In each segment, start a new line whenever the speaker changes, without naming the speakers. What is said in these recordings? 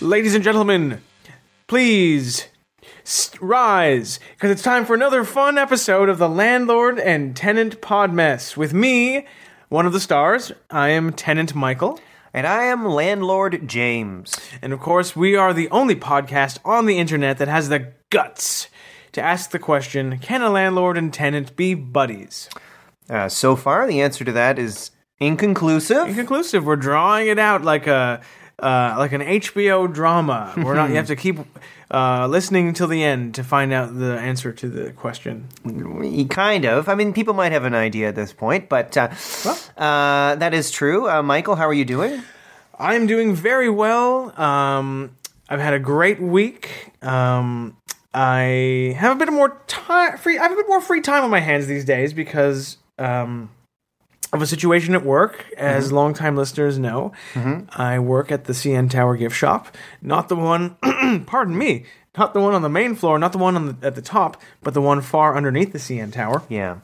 Ladies and gentlemen, please s- rise because it's time for another fun episode of the Landlord and Tenant Podmess with me, one of the stars. I am Tenant Michael.
And I am Landlord James.
And of course, we are the only podcast on the internet that has the guts to ask the question can a landlord and tenant be buddies?
Uh, so far, the answer to that is inconclusive.
Inconclusive. We're drawing it out like a. Uh, like an HBO drama. We're not. You have to keep uh, listening until the end to find out the answer to the question.
Kind of. I mean, people might have an idea at this point, but uh, uh, that is true. Uh, Michael, how are you doing?
I'm doing very well. Um, I've had a great week. Um, I have a bit more time free. I have a bit more free time on my hands these days because um, of a situation at work. As longtime listeners know, I work at the CN Tower gift shop. Not the one. pardon me. Not the one on the main floor. Not the one on the, at the top, but the one far underneath the CN Tower.
Yeah.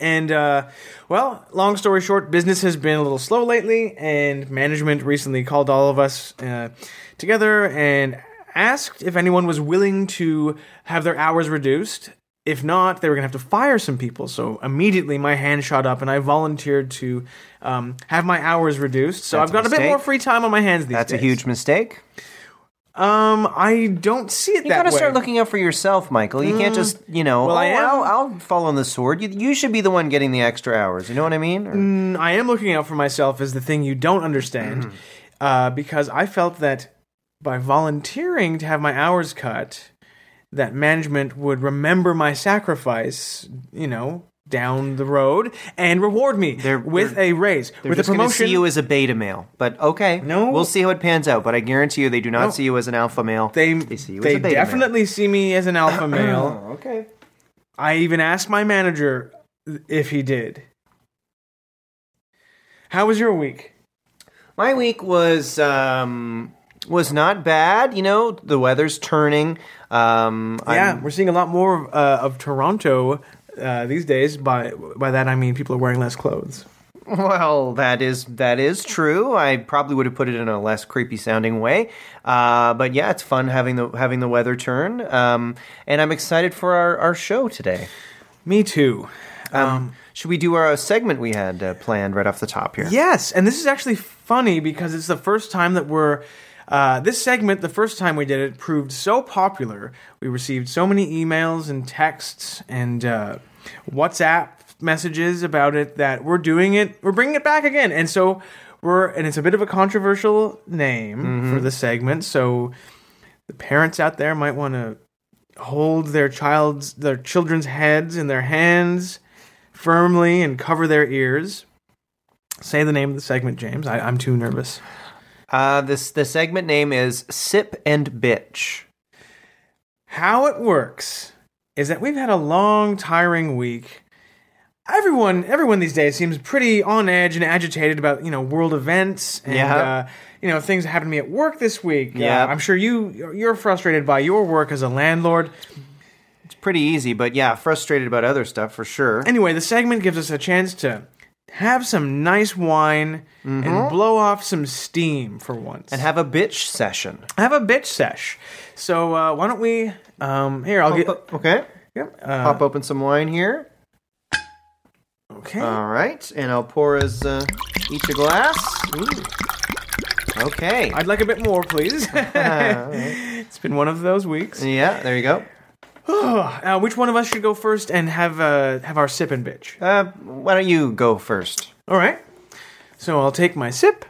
And uh, well, long story short, business has been a little slow lately, and management recently called all of us uh, together and asked if anyone was willing to have their hours reduced. If not, they were going to have to fire some people. So immediately, my hand shot up, and I volunteered to um, have my hours reduced. So I've
That's a
got a, bit
mistake.
more free time on my hands these
That's
days.
a huge mistake.
Um, I don't see it
You
that
gotta
way. Mm.
start looking out for yourself, Michael. You can't just, you know,
Well,
oh,
I am."
I'll, I'll fall on the sword. You, you should be the one getting the extra hours. You know what I mean? Or-
Mm, I am looking out for myself is the thing you don't understand,
Mm-hmm.
uh, because I felt that by volunteering to have my hours cut, that management would remember my sacrifice, you know, down the road and reward me
They're-
with
they're-
a raise, with a
just gonna
promotion.
see you as a beta male, but okay.
No.
we'll see how it pans out. But I guarantee you, they do not
No.
see you as an alpha male.
they
see you
they
as a beta
definitely see me as an alpha male.
male. Okay.
I even asked my manager if he did. How was your week?
My week was um, was not bad. You know, the weather's turning. Um, I'm-
Yeah, we're seeing a lot more uh, of Toronto uh, these days. By by that I mean people are wearing less clothes.
well, that is that is true. I probably would have put it in a less creepy sounding way, uh, but yeah, it's fun having the having the weather turn. Um, and I'm excited for our, our show today.
Me too.
Should we do our segment we had uh, planned right off the top here?
Yes, and this is actually funny because it's the first time that we're. Uh, this segment, the first time we did it, proved so popular. We received so many emails and texts and uh, WhatsApp messages about it that we're doing it. We're bringing it back again, and so we're. And it's a bit of a controversial name for the segment, so the parents out there might want to hold their child's their children's heads in their hands firmly and cover their ears. Say the name of the segment, James. I, I'm too nervous.
Uh, this the segment name is Sip and Bitch.
How it works is that we've had a long, tiring week. Everyone, everyone these days seems pretty on edge and agitated about you know world events and
Yeah.
uh, you know things that happened to me at work this week. Uh,
Yeah.
I'm sure you you're frustrated by your work as a landlord.
Pretty easy, but yeah, frustrated about other stuff for sure.
Anyway, the segment gives us a chance to have some nice wine and blow off some steam for once.
Mm-hmm. and have a bitch session.
have a bitch sesh. So uh, why don't we? Um, here,
Oh,
I'll get.
Okay.
Yep. Uh,
Pop open some wine here.
okay.
All right, and I'll pour us uh, each a glass. Okay.
I'd like a bit more, please. it's been one of those weeks.
Yeah, there you go.
Uh, which one of us should go first and have uh, have our sip and bitch?
Uh, why don't you go first?
All right. So I'll take my sip.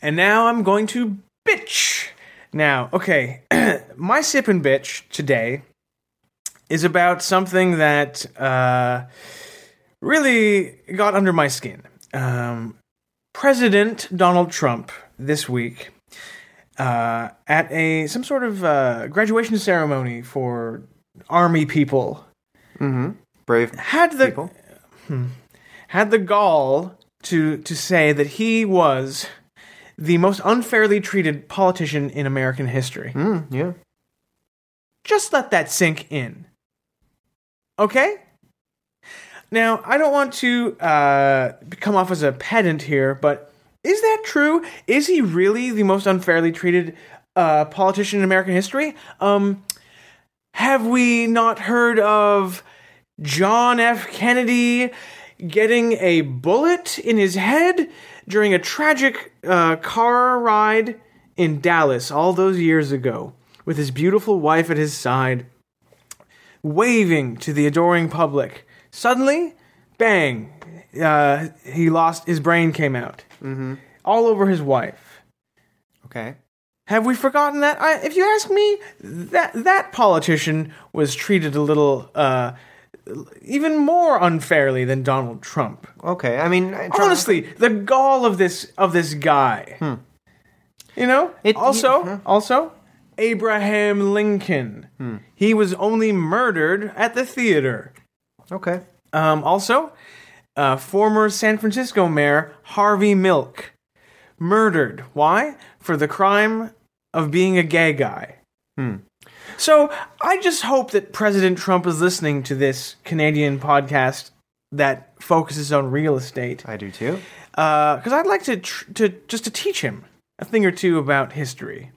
And now I'm going to bitch. Now, okay, my sip and bitch today is about something that uh, really got under my skin. Um, President Donald Trump this week uh, at a some sort of uh, graduation ceremony for army people
Brave.
had the
people?
Hmm. had the gall to to say that he was the most unfairly treated politician in American history.
Mm, yeah.
Just let that sink in. Okay? Now, I don't want to uh, come off as a pedant here, but Is that true? Is he really the most unfairly treated uh, politician in American history? Um, have we not heard of John F. Kennedy getting a bullet in his head during a tragic uh, car ride in Dallas all those years ago with his beautiful wife at his side, waving to the adoring public? Suddenly, bang, uh, he lost his brain came out all over his wife.
Okay.
Have we forgotten that? I, if you ask me, that that politician was treated a little, uh, even more unfairly than Donald Trump.
Okay. I mean, I- Trump-
Honestly, the gall of this of this guy. You know.
It-
also,
yeah,
also, Abraham Lincoln. He was only murdered at the theater.
Okay.
Um, also, uh, former San Francisco mayor Harvey Milk murdered. Why? For the crime of being a gay guy. Hmm. So I just hope that President Trump is listening to this Canadian podcast that focuses on real estate,
I do too.
because I'd like to tr- to just to teach him a thing or two about history.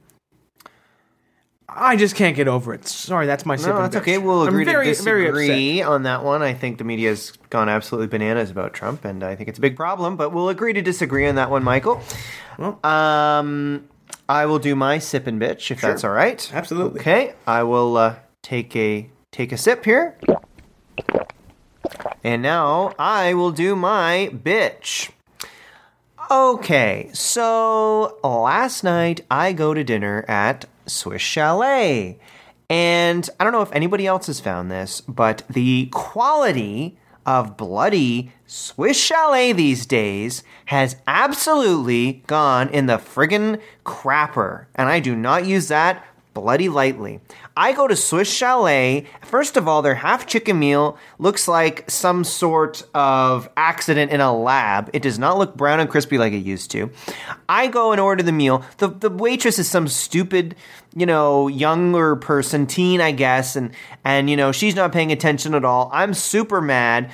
I just can't get over it. Sorry, that's my sip.
No,
and
that's
bitch.
okay. We'll
I'm
agree
very,
to
very upset.
disagree on that one. I think the media's gone absolutely bananas about Trump, and I think it's a big problem. But we'll agree to disagree on that one, Michael. Um, I will do my sip and bitch if that's all right.
Absolutely.
Okay. I will uh, take a take a sip here, and now I will do my bitch. Okay, so last night I go to dinner at Swiss Chalet. And I don't know if anybody else has found this, but the quality of bloody Swiss Chalet these days has absolutely gone in the friggin' crapper. And I do not use that bloody lightly. I go to Swiss Chalet. First of all, their half chicken meal looks like some sort of accident in a lab. It does not look brown and crispy like it used to. I go and order the meal. The, the waitress is some stupid, you know, younger person, teen, I guess, and and you know, she's not paying attention at all. I'm super mad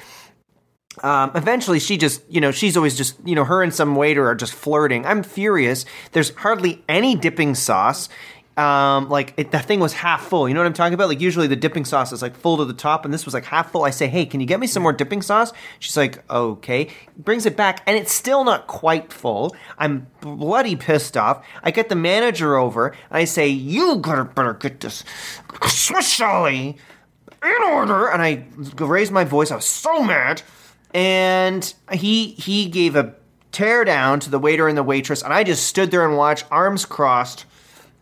um, eventually she just you know she's always just you know her and some waiter are just flirting i'm furious there's hardly any dipping sauce um, like it, the thing was half full you know what i'm talking about like usually the dipping sauce is like full to the top and this was like half full i say hey can you get me some more dipping sauce she's like okay brings it back and it's still not quite full i'm bloody pissed off i get the manager over i say you gotta better get this swiss chalet in order and i raised my voice i was so mad and he he gave a tear down to the waiter and the waitress and i just stood there and watched arms crossed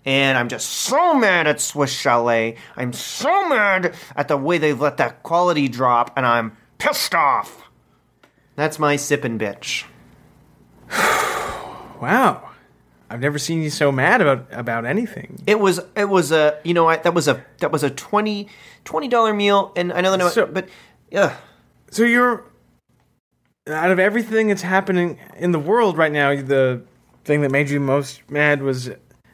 and i'm just so mad at swiss chalet i'm so mad at the way they've let that quality drop and i'm pissed off that's my sippin' bitch
Wow. I've never seen you so mad about about anything.
it was it was a you know I, that was a that was a 20 dollar meal and i know that
So-
but ugh.
So you're out of everything that's happening in the world right now, the thing that made you most mad was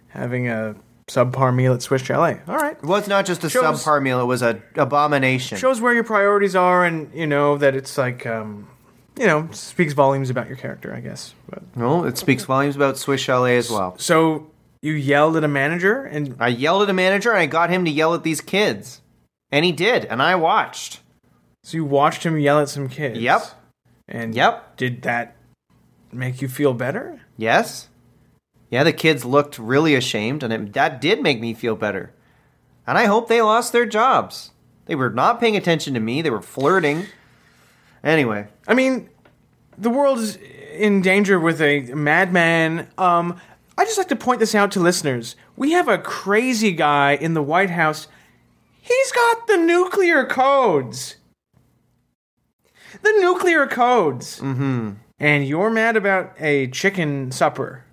having a subpar meal at Swiss Chalet. All right.
Well, it's not just a
Shows-
subpar meal; it was an abomination.
Shows where your priorities are and, you know, that it's like um, you know, speaks volumes about your character, I guess. But
no, it speaks volumes about Swiss Chalet as well.
so you yelled at a manager and
I yelled at a manager, and I got him to yell at these kids, and he did, and I watched.
so you watched him yell at some kids.
Yep.
And
Yep.
did that make you feel better?
Yes, yeah, the kids looked really ashamed, and it, that did make me feel better. And I hope they lost their jobs. They were not paying attention to me; they were flirting. Anyway,
I mean, the world is in danger with a madman. Um, I just like to point this out to listeners. We have a crazy guy in the White House. He's got the nuclear codes. The nuclear codes. Mm-hmm. And you're mad about a chicken supper.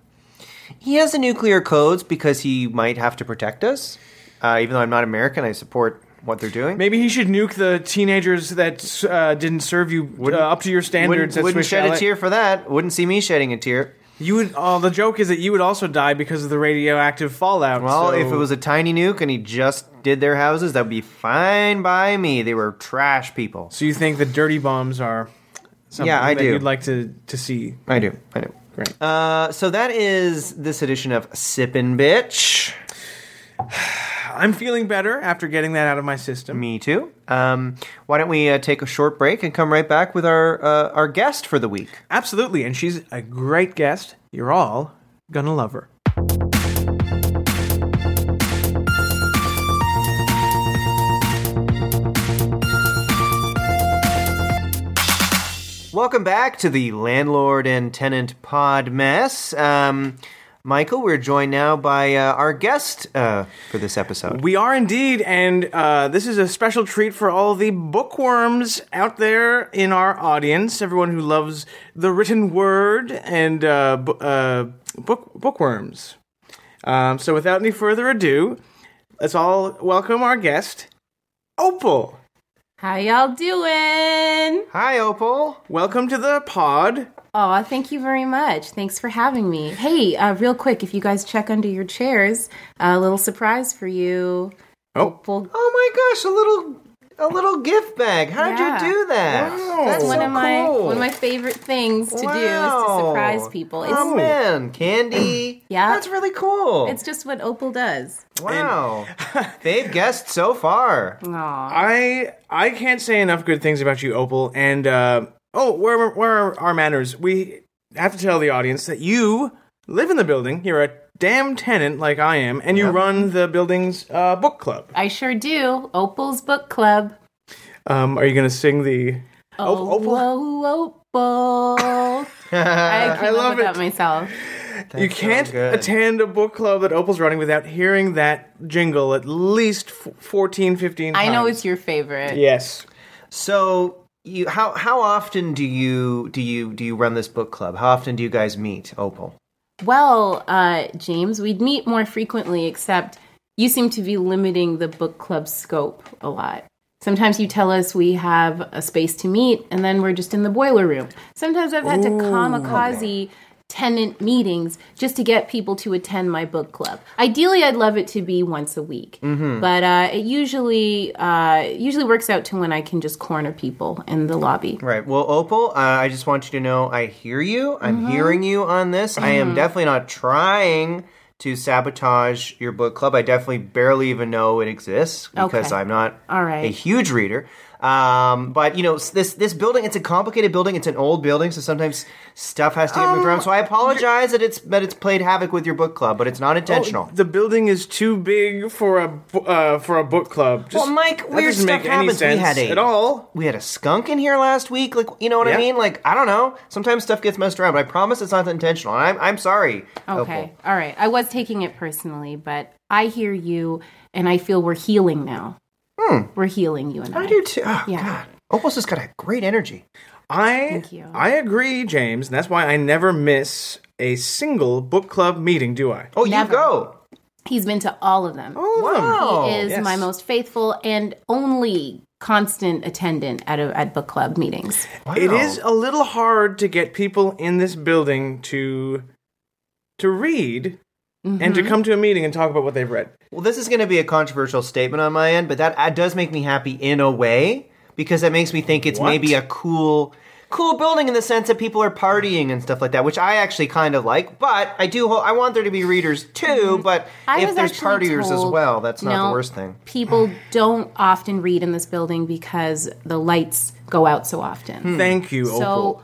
He has the nuclear codes because he might have to protect us. Uh, even though I'm not American, I support what they're doing.
Maybe he should nuke the teenagers that uh, didn't serve you uh, up to your standards.
Wouldn't,
at
wouldn't
Swiss
shed a
Chalet.
tear for that. Wouldn't see me shedding a tear.
You would. Oh, the joke is that you would also die because of the radioactive fallout.
Well, if it
so-
was a tiny nuke and he just did their houses, that'd be fine by me. They were trash people.
So you think the dirty bombs are something
Yeah, I
that
do.
you'd like to, to see.
I do. I do.
Great.
Uh, so that is this edition of Sippin' Bitch.
I'm feeling better after getting that out of my system.
Me too. Um, why don't we uh, take a short break and come right back with our uh, our guest for the week?
Absolutely, and she's a great guest. You're all gonna love her.
Welcome back to the landlord and tenant pod mess. Um, Michael, we're joined now by uh, our guest uh, for this episode.
We are indeed, and uh, this is a special treat for all the bookworms out there in our audience. Everyone who loves the written word and uh, bu- uh, book bookworms. Um, so, without any further ado, let's all welcome our guest, Opal.
How y'all doing?
Hi, Opal.
Welcome to the pod.
Oh, thank you very much. Thanks for having me. Hey, uh, real quick, if you guys check under your chairs, a little surprise for you.
Oh,
Well,
Oh my gosh, a little a little gift bag. How did
Yeah.
you do that?
Wow.
Oh, That's
one
so
of my
cool.
one of my favorite things to do is to
Wow.
surprise people. It's
oh man, candy.
Yeah.
that's really cool.
it's just what Opal does.
wow, they've guessed so far.
Aww.
I I can't say enough good things about you, Opal. And uh, oh, where where are our manners? We have to tell the audience that you live in the building. You're a damn tenant, like I am, and you run the building's uh, book club.
I sure do. Opal's book club.
Um, are you gonna sing the?
Oh,
Op- Opal?
whoa, Opal. I can't live
love
without
it.
myself.
you
so
can't
good.
attend a book club that Opal's running without hearing that jingle at least f- 14, 15
I know
times.
it's your favorite.
yes.
So you how how often do you do you do you run this book club? How often do you guys meet, Opal?
Well, uh, James, we'd meet more frequently, except you seem to be limiting the book club scope a lot. Sometimes you tell us we have a space to meet, and then we're just in the boiler room. Sometimes I've had to kamikaze tenant meetings just to get people to attend my book club. Ideally, I'd love it to be once a week, but uh, it usually uh, it usually works out to when I can just corner people in the lobby.
Right. Well, Opal, uh, I just want you to know I hear you. I'm
Mm-hmm.
hearing you on this. I am definitely not trying to sabotage your book club. I definitely barely even know it exists because
Okay.
I'm not
All
a
right.
huge reader. Um, but you know s- this this building it's a complicated building. It's an old building, so sometimes stuff has to get
Um,
moved around. So I apologize that it's that it's played havoc with your book club, but it's
Oh,
not intentional.
Oh, The building is too big for a bu- uh, for a book club. Just,
Well, Mike,
that
weird
doesn't
stuff
make any
happens. We
sense
had a-
at all.
we had a skunk in here last week. Like, you know what
Yeah.
I mean? Like, I don't know. Sometimes stuff gets messed around, but I promise it's not intentional. And I'm, I'm sorry.
Okay. All right. I was taking it personally, but I hear you and I feel we're healing now. We're healing you and
I
I.
Hmm. do too. Oh,
Yeah.
God. Opal's just got a great energy.
I
you.
I agree, James, and that's why I never miss a single book club meeting, do I?
Oh,
Never.
you go.
He's been to all of them.
Wow.
he is
yes.
my most faithful and only constant attendant at, a, at book club meetings.
Wow.
It is a little hard to get people in this building to to read and
Mm-hmm.
to come to a meeting and talk about what they've read.
Well, this is going to be a controversial statement on my end, but that uh, does make me happy in a way because that makes me think it's
What?
maybe a cool, cool building in the sense that people are partying and stuff like that, which I actually kind of like. But I do, ho- I want there to be readers too. But
Mm-hmm. I
if
was
there's
actually
partiers as
told-
well, that's not
No.
the worst thing.
People don't often read in this building because the lights go out so often.
Hmm.
Thank you,
So
Opal.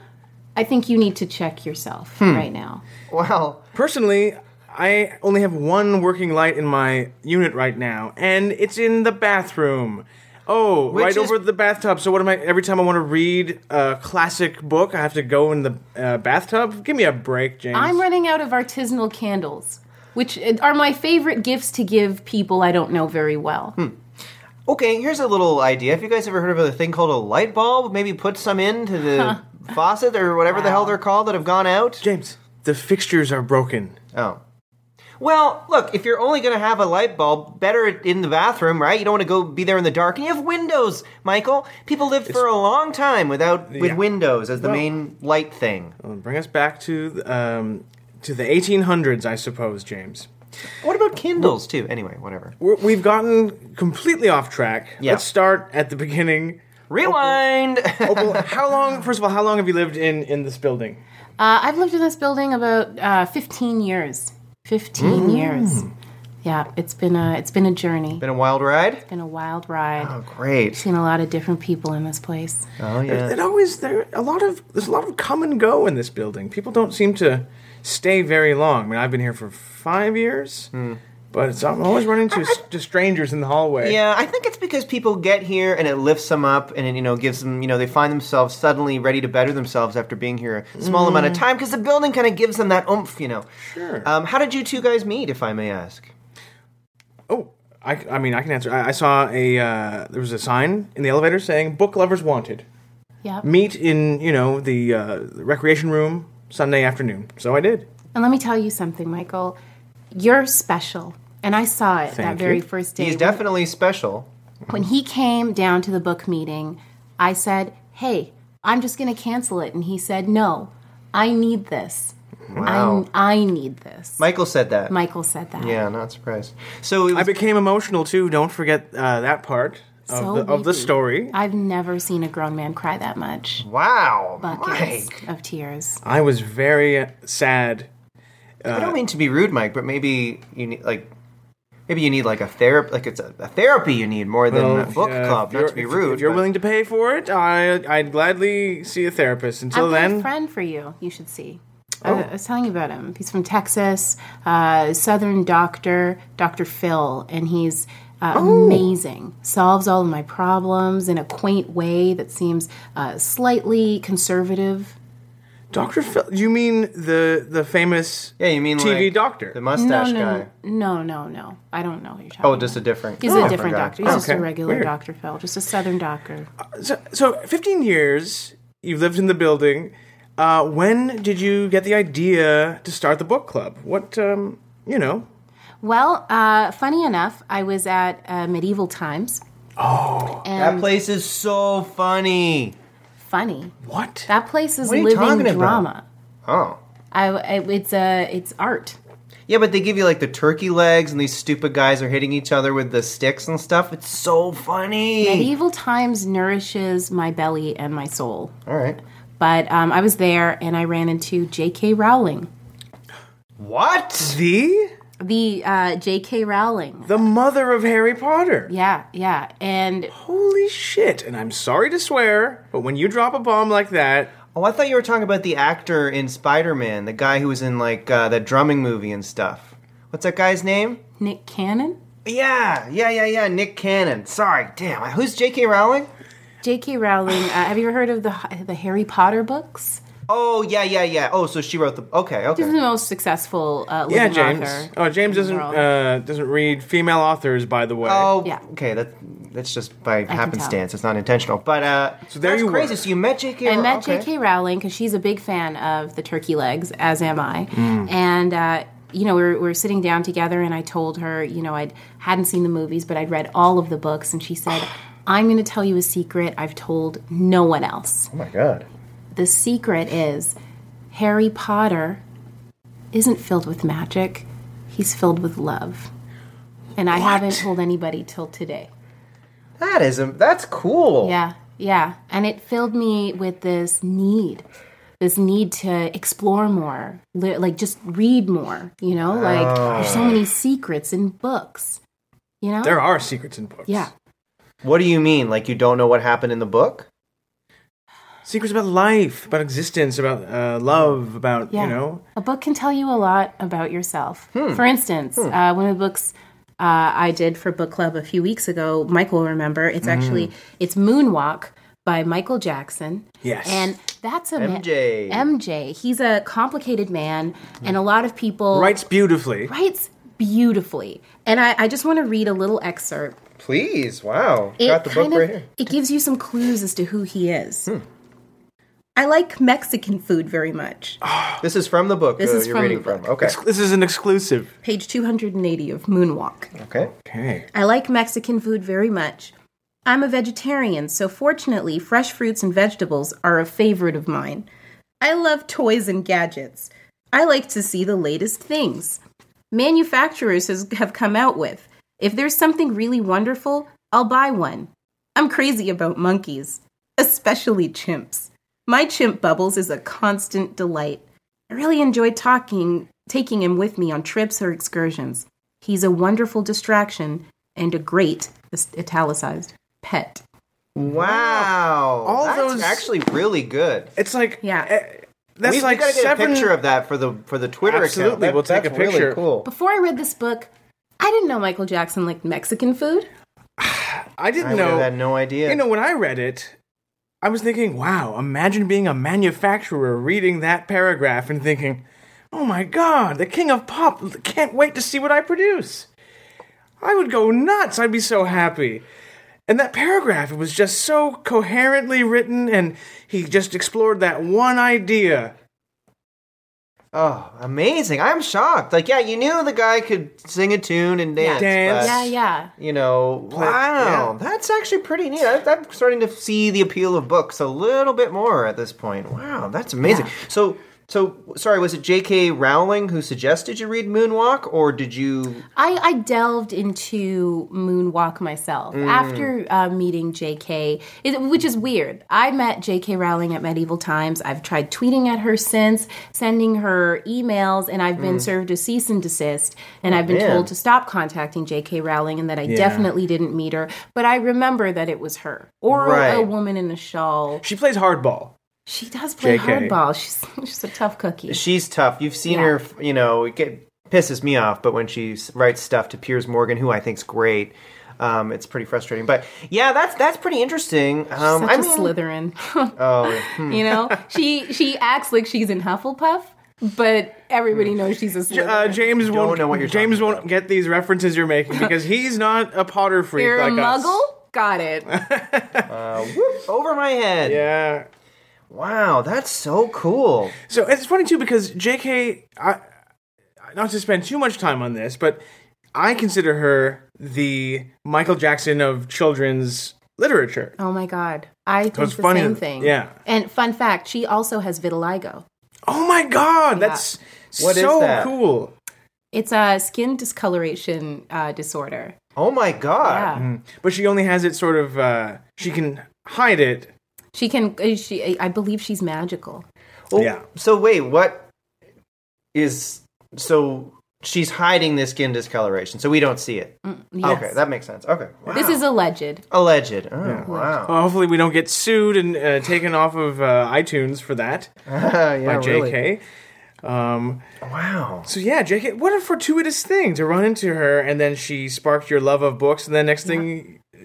I think you need to check yourself
Hmm.
right now.
Well,
Personally, I only have one working light in my unit right now, and it's in the bathroom. Oh, right
is-
over the bathtub. So what am I? Every time I want to read a classic book, I have to go in the uh, bathtub. Give me a break, James.
I'm running out of artisanal candles, which are my favorite gifts to give people I don't know very well.
okay, here's a little idea. Have you guys ever heard of a thing called a light bulb? Maybe put some into the faucet or whatever the hell they're called that have gone out?
James, the fixtures are broken.
Oh. Well, look, if you're only going to have a light bulb, better it in the bathroom, right? You don't want to go be there in the dark. And you have windows, Michael. People lived for a long time without with
Yeah.
windows as the main light thing.
Well, Bring us back to um, to the 1800s, I suppose, James.
What about Kindles
Oh,
too? Anyway, whatever.
We're, we've gotten completely off track.
Yeah.
Let's start at the beginning.
Rewind.
Opal, how long? First of all, how long have you lived in in this building?
Uh, I've lived in this building about uh, 15 years. 15 years. Yeah, it's been a it's been a journey.
Been a wild ride.
Been a wild ride.
Oh, great.
Seen a lot of different people in this place.
Oh yeah.
It always there a lot of there's a lot of come and go in this building. People don't seem to stay very long. I mean, I've been here for five years, but it's, I'm always running into s- to strangers in the hallway.
Yeah, I think it's because people get here and it lifts them up and it, you know gives them you know they find themselves suddenly ready to better themselves after being here a small amount of time because the building kind of gives them that oomph you know.
Mm. Sure.
Um, how did you two guys meet, if I may ask?
Oh, I, I mean, I can answer. I, I saw a uh, there was a sign in the elevator saying "Book Lovers Wanted."
Yeah.
Meet in you know the, uh, the recreation room Sunday afternoon. So I did.
And let me tell you something, Michael. You're special. And I saw it that
Thank you.
very first day.
He's
when-
definitely special.
when he came down to the book meeting, I said, Hey, I'm just going to cancel it. And he said, No, I need this.
Wow.
I, I need this.
Michael said that.
Michael said that.
yeah, not surprised. So it
I
was,
became emotional too. Don't forget uh, that part of,
So
the, of the
weepy.
story.
I've never seen a grown man cry that much.
wow,
Buckets
Mike.
of tears.
I was very uh, sad. Uh,
I don't mean to be rude, Mike, but maybe you need like. Maybe you need like a therapy, like it's a, a therapy you need more than
Well,
a book
uh,
club.
if
Not
you're-
to be
if-
rude.
If you're
but-
willing to pay for it, I, I'd gladly see a therapist. Until
I've got a
then,
friend for you. You should see.
Oh.
I, I was telling you about him. He's from Texas, uh, Southern doctor, Dr. Phil, and he's uh,
Oh.
amazing. Solves all of my problems in a quaint way that seems uh, slightly conservative.
Doctor Phil. You mean the the famous
yeah, you mean
TV
like
doctor?
the mustache
no,
guy?
no, no, no, no. I don't know what you're talking
Oh,
about.
just a different.
He's a different
guy. Oh.
doctor. He's just a
Okay,
regular
weird.
Dr. Phil, just a Southern doctor.
So, so 15 years you've lived in the building. Uh, when did you get the idea to start the book club? What, um, you know,
Well, uh, funny enough, I was at uh, Medieval Times. Oh, and
That place is so funny.
funny.
what?
That place is
What are you talking
living
about?
drama.
Oh.
I, I- it's uh, it's art.
Yeah, but they give you like the turkey legs, and these stupid guys are hitting each other with the sticks and stuff. It's so funny.
Medieval times nourishes my belly and my soul.
All right.
But um, I was there and I ran into J.K. Rowling,
What?
the
the uh, J.K. Rowling.
the mother of Harry Potter.
Yeah, yeah, and
Holy shit! And I'm sorry to swear, but when you drop a bomb like that,
Oh, I thought you were talking about the actor in Spider Man, the guy who was in like uh, that drumming movie and stuff. What's that guy's name?
Nick Cannon.
Yeah, yeah, yeah, yeah. Nick Cannon. Sorry, damn. Who's J.K. Rowling?
J.K. Rowling. Uh, have you ever heard of the the Harry Potter books?
Oh, yeah, yeah, yeah. Oh, so she wrote the. Okay, okay.
She's the most successful uh, living
yeah, James.
author.
Oh, James
in the
doesn't
world.
uh, doesn't read female authors, by the way.
Oh,
Yeah.
Okay, that that's just by
tell.
happenstance. It's not intentional. But uh, so
there
that's
you were.
crazy. So you met J.K.
I met
okay.
J.K. Rowling because she's a big fan of the turkey legs, as am I. And uh, you know, we were, we were sitting down together, and I told her, you know, I hadn't seen the movies, but I'd read all of the books, and she said, "I'm going to tell you a secret. I've told no one else.
Oh my god.
The secret is Harry Potter isn't filled with magic; he's filled with love." And I haven't told anybody till today.
That is a, that's cool.
Yeah, yeah. And it filled me with this need, this need to explore more, li- like just read more, you know? Like there's so many secrets in books, you know?
Oh. There are secrets in books.
yeah.
What do you mean? Like you don't know what happened in the book?
secrets about life, about existence, about uh, love, about
Yeah.
you know. Hmm.
A book can tell you a lot about yourself. For instance, uh, one of the books uh, I did for book club a few weeks ago, Michael will remember, it's
Hmm.
actually it's Moonwalk by Michael Jackson.
Yes.
And that's a man-
MJ.
MJ. He's a complicated man and
Hmm.
a lot of people
Writes beautifully.
writes beautifully. And I, I just want to read a little excerpt.
Please. Wow. Got the book
kind of-
right here. Hmm.
It gives you some clues as to who he is. I like Mexican food very much.
This is from the book.
This
uh,
is
you're
from
reading
the book.
from. Okay.
This is an exclusive.
Page 280 of Moonwalk.
Okay.
Okay.
I like Mexican food very much. I'm a vegetarian, so fortunately, fresh fruits and vegetables are a favorite of mine. I love toys and gadgets. I like to see the latest things manufacturers has, have come out with. If there's something really wonderful, I'll buy one. I'm crazy about monkeys, especially chimps. My chimp Bubbles is a constant delight. I really enjoy talking, taking him with me on trips or excursions. He's a wonderful distraction and a great is- italicized pet.
Wow.
All
That's
those-
actually really good.
It's like
Yeah.
eh, that's
we,
like
we gotta get
seven.
a picture of that for the for the Twitter account.
Absolutely,
That-
we'll take
that's
a picture.
Really cool.
Before I read this book, I didn't know Michael Jackson liked Mexican food.
I didn't
I would
know.
have had no idea.
You know, when I read it, I was thinking, wow, imagine being a manufacturer reading that paragraph and thinking, oh my god, the king of pop can't wait to see what I produce. I would go nuts. I'd be so happy. And that paragraph, it was just so coherently written, and he just explored that one idea.
oh, amazing! I'm shocked. Like, yeah, you knew the guy could sing a tune and dance.
Dance.
but,
Yeah, yeah.
You know, wow, that's actually pretty neat. I, I'm starting to see the appeal of books a little bit more at this point. Wow, that's amazing. So, so sorry, was it J.K. Rowling who suggested you read Moonwalk, or did you?
I, I delved into Moonwalk myself after uh, meeting J.K., it, which is weird. I met J.K. Rowling at Medieval Times. I've tried tweeting at her since, sending her emails, and I've been served a cease and desist. And I've been
man.
told to stop contacting J.K. Rowling and that I definitely didn't meet her. But I remember that it was her or a
Right.
woman in a shawl.
She plays hardball.
She does play
JK.
hardball. She's, she's a tough cookie.
She's tough. You've seen
Yeah.
her. You know, it get, pisses me off. But when she s- writes stuff to Piers Morgan, who I think's great. Um, it's pretty frustrating, but yeah, that's that's pretty interesting. Um,
Such
I
a
mean,
Slytherin.
oh,
You know, she she acts like she's in Hufflepuff, but everybody knows she's a Slytherin.
Uh, James won't
know what you're
James
talking
won't
about.
get these references you're making because he's not a Potter freak
You're
like
a
us.
muggle. Got it.
over my head.
Yeah.
Wow, that's so cool.
So it's funny too because J.K. I, not to spend too much time on this, but I consider her the Michael Jackson of children's literature.
Oh my god, I think
it's
the
funny.
same thing.
Yeah.
And fun fact, she also has vitiligo.
Oh my God, that's
What is
so
that?
cool.
It's a skin discoloration uh, disorder.
Oh my god.
Yeah.
But she only has it sort of. Uh, she can hide it.
She can. uh, She. I believe she's magical.
Well,
Yeah.
So wait, what is so she's hiding this skin discoloration, so we don't see it.
Mm, Yes.
Okay, that makes sense. Okay. Wow.
This is alleged.
alleged. Oh, wow.
Well, Uh, hopefully, we don't get sued and uh, taken off of uh, iTunes for that by
yeah, really.
J.K. Um,
Wow.
so yeah, J.K. What a fortuitous thing to run into her, and then she sparked your love of books, and then next thing, uh,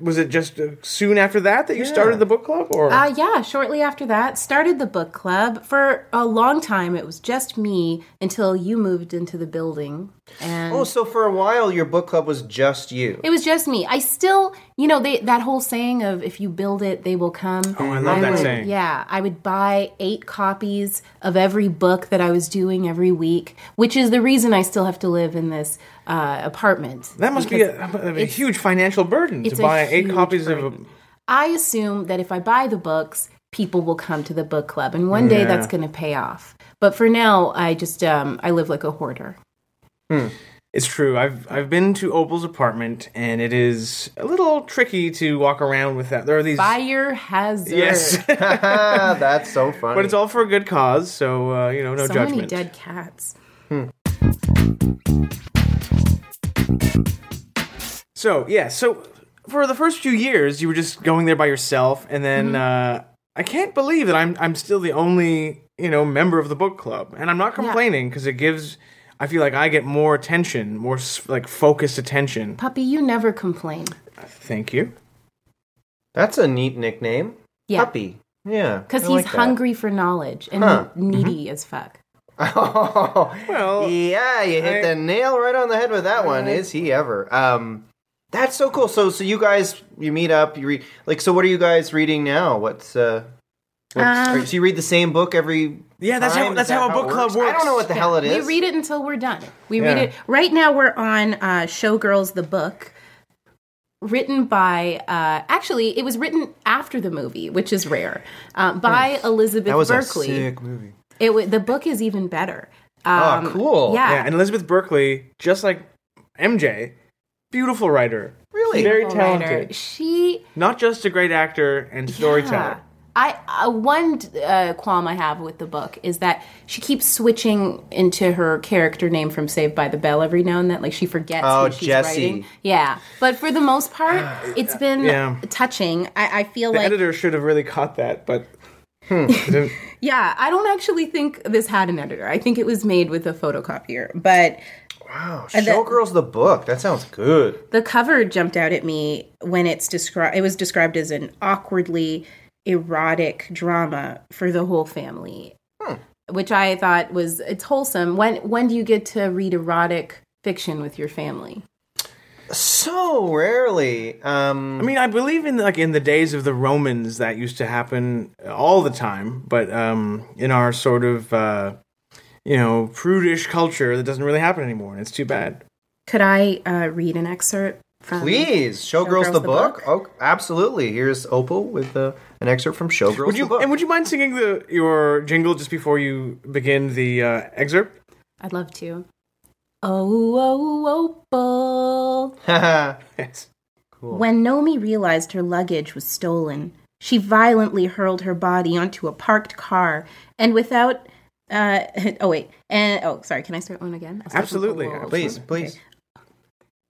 was it just uh, soon after that that you started the book club, or
Uh, yeah, shortly after that, started the book club. For a long time, it was just me until you moved into the building. And
Oh, so for a while your book club was just you.
It was just me. I still, you know, they that whole saying of if you build it, they will come. Oh,
I love that
would,
saying.
Yeah, I would buy eight copies of every book that I was doing every week, which is the reason I still have to live in this uh, apartment.
that must be a, a- a huge financial burden to
it's a
buy eight
huge
copies of.
burden. I assume that if I buy the books, people will come to the book club, and one day that's going to pay off. But for now, I just um, I live like a hoarder.
It's true. I've I've been to Opal's apartment, and it is a little tricky to walk around with that. There are these.
Buyer hazard.
Yes,
that's so funny.
but it's all for a good cause, so uh, you know, no
so
judgment.
many dead cats.
So yeah, so for the first few years, you were just going there by yourself, and then
Mm-hmm.
uh, I can't believe that I'm I'm still the only you know member of the book club, and I'm not complaining because it gives. I feel like I get more attention, more s- like focused attention.
Puppy, you never complain.
Thank you.
That's a neat nickname.
Yeah.
Puppy. Yeah.
Because
I
he's
like that.
hungry for knowledge and
Huh. Mm-hmm.
needy as fuck.
Oh,
Well,
yeah, you hit
I-
the nail right on the head with that one. Is he ever? Um, that's so cool. So, so you guys, you meet up, you read. Like, so what are you guys reading now? What's uh, what's,
Um,
so you read the same book every?
Yeah, that's how-
time? Is
that's
that
how a book
it
club
I don't know
works.
what the hell it
We
is.
read it until we're done. We
Yeah.
read it. Right now, we're on uh, Showgirls, the book, written by, uh, actually, it was written after the movie, which is rare, uh, by Elizabeth
Hmm. That was
Berkley.
a sick movie.
It w- the book is even better.
Ah,
Um,
oh, cool.
yeah.
Yeah, and Elizabeth Berkley, just like MJ, Beautiful writer.
Really?
Very
Writer.
talented.
She
Not just a great actor and storyteller.
Yeah. I uh, one uh, qualm I have with the book is that she keeps switching into her character name from Saved by the Bell every now and then. Like she forgets.
Oh,
who she's
Jessie.
writing. Yeah, but for the most part, it's been
Yeah.
touching. I, I feel
The
like
editor should have really caught that, but hmm, didn't.
yeah. I don't actually think this had an editor. I think it was made with a photocopier, but
Wow.
then-
Showgirls the book. That sounds good.
the cover jumped out at me when it's described it was described as an awkwardly erotic drama for the whole family which i thought was it's wholesome when when do you get to read erotic fiction with your family
So rarely. Um,
I mean, I believe in like in the days of the Romans that used to happen all the time, but um, in our sort of uh, you know prudish culture, that doesn't really happen anymore, and it's too bad.
could i uh, read an excerpt from
please, Showgirls, the,
the
book.
book?
Oh, absolutely. Here's Opal with uh, an excerpt from Showgirls
Would
the book.
you and would you mind singing the your jingle just before you begin the uh, excerpt?
i'd love to oh oh opal
Haha.
Yes.
When Nomi realized her luggage was stolen, she violently hurled her body onto a parked car and without. Uh, oh, wait. And, oh, sorry. Can I start one again? I'll start from
Absolutely.
the world.
please, please.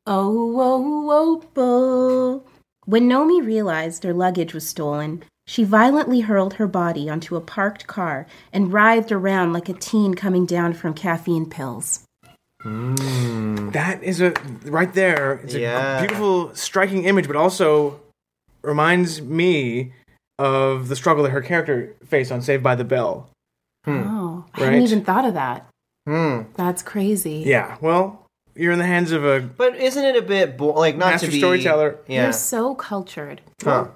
Oh, oh, opal. When Nomi realized her luggage was stolen, she violently hurled her body onto a parked car and writhed around like a teen coming down from caffeine pills.
Mm.
That is a right there. It's a
Yeah.
beautiful, striking image, but also reminds me of the struggle that her character faced on Saved by the Bell.
Oh, I
Right.
hadn't even thought of that.
Hmm.
That's crazy.
Yeah. Well, you're in the hands of a
But isn't it a bit bo- like not
Master
to be
storyteller.
Yeah.
You're so cultured.
Huh.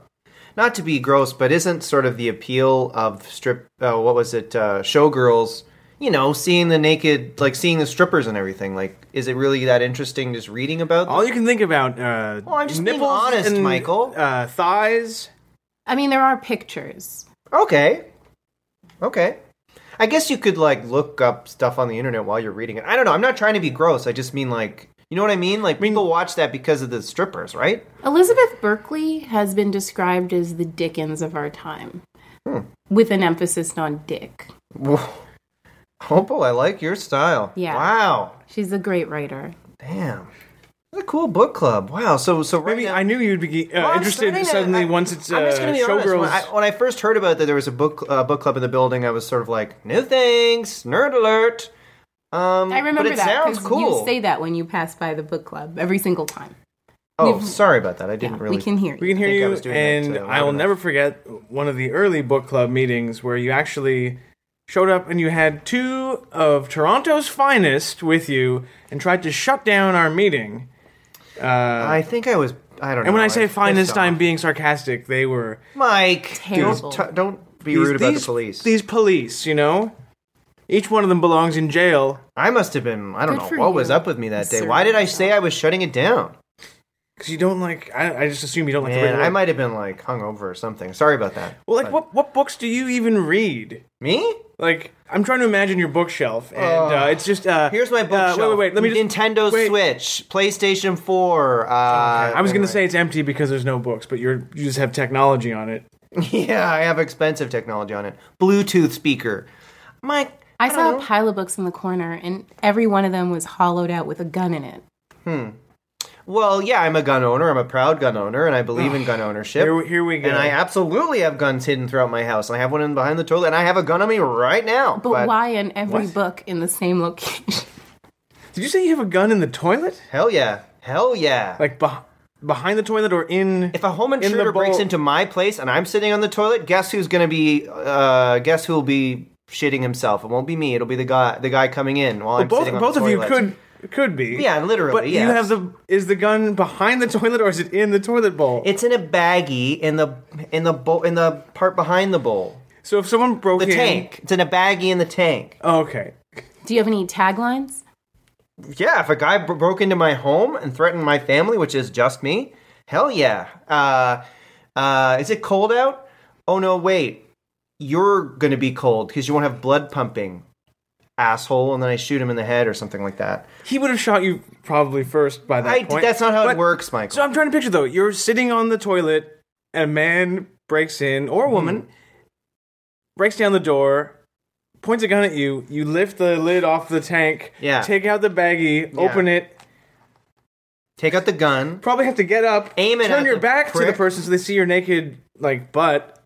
Not to be gross, but isn't sort of the appeal of strip? Uh, what was it? Uh, showgirls. You know, seeing the naked, like seeing the strippers and everything. Like, is it really that interesting? Just reading about.
all you can think about. Uh,
Well, I'm just being
nipples
honest,
and,
Michael.
Uh, thighs.
I mean, there are pictures.
Okay. Okay. I guess you could like look up stuff on the internet while you're reading it. I don't know. I'm not trying to be gross. I just mean like, you know what I mean? Like people watch that because of the strippers, right?
Elizabeth Berkley has been described as the Dickens of our time, with an emphasis on Dick.
Whoa. Opal, I like your style.
Yeah.
Wow.
She's a great writer.
Damn. What a cool book club. Wow. So so right
Maybe
now-
I knew you'd be uh,
Well, I'm
interested
starting to-
suddenly
I-
once it's uh,
I'm just gonna be honest.
showgirls.
When I, when I first heard about that there was a book uh, book club in the building, I was sort of like, no thanks, nerd alert. Um,
I remember
but it
that
sounds
'cause
cool.
you say that when you pass by the book club every single time.
oh, sorry about that. I
Yeah,
didn't really.
we can hear
we
you.
can hear
think I
you,
was doing that
and
to loud
I will
enough.
never forget one of the early book club meetings where you actually showed up and you had two of Toronto's finest with you and tried to shut down our meeting. Uh,
I think I was. I don't know.
And when I say
was
finest,
pissed
I'm
off.
being sarcastic. They were
Mike.
Terrible.
Don't, t- don't be rude about the police.
These police, you know, each one of them belongs in jail
I must have been. I don't
Good
know
for
what
you.
was up with me that day.
Conservative
Why did I say I was shutting it down?
because you don't like. I, I just assume you don't like. the
Man,
written
I
word.
might have been like hungover or something. Sorry about that.
Well, like, what what books do you even read?
Me?
Like, I'm trying to imagine your bookshelf, and uh, it's just uh,
Here's my
Uh,
bookshelf.
wait, wait, wait. Let me just.
Nintendo
wait.
Switch, PlayStation Four. Uh,
I was gonna
anyway.
say it's empty because there's no books, but you're you just have technology on it.
Yeah, I have expensive technology on it. Bluetooth speaker. Mike.
I saw a pile of books in the corner, and every one of them was hollowed out with a gun in it.
Well, yeah, I'm a gun owner. I'm a proud gun owner, and I believe in gun ownership.
Here, we- here we go.
And I absolutely have guns hidden throughout my house. I have one in behind the toilet, and I have a gun on me right now.
But, why in every
What?
book in the same location?
Did you say you have a gun in the toilet?
Hell yeah, hell yeah!
Like beh- behind the toilet or in?
if a home
in the
intruder breaks
bowl-
into my place and I'm sitting on the toilet, guess who's gonna be? Uh, guess who'll be shitting himself? It won't be me. It'll be the guy, the guy coming in while I'm
both
sitting on the
both of you
toilet.
could could be
Yeah, literally,
But you
yes.
have the is the gun behind the toilet or is it in the toilet bowl?
It's in a baggie in the in the bowl in the part behind the bowl.
so if someone broke
The
in,
tank. It's in a baggie in the tank.
Oh, okay.
Do you have any taglines?
Yeah, if a guy bro- broke into my home and threatened my family, which is just me, hell yeah. Uh, uh, is it cold out? Oh no, wait. You're gonna be cold because you won't have blood pumping. asshole, and then I shoot him in the head or something like that.
He would have shot you probably first by that
I,
point.
that's not how it
But-
works, Michael.
So I'm trying to picture though. You're sitting on the toilet, a man breaks in or a
Mm-hmm.
woman breaks down the door, points a gun at you. You lift the lid off the tank,
Yeah.
take out the baggie, open it.
Take out the gun.
Probably have to get up,
Aim it
turn
at
your
the
back to the
prick.
person so they see your naked like butt.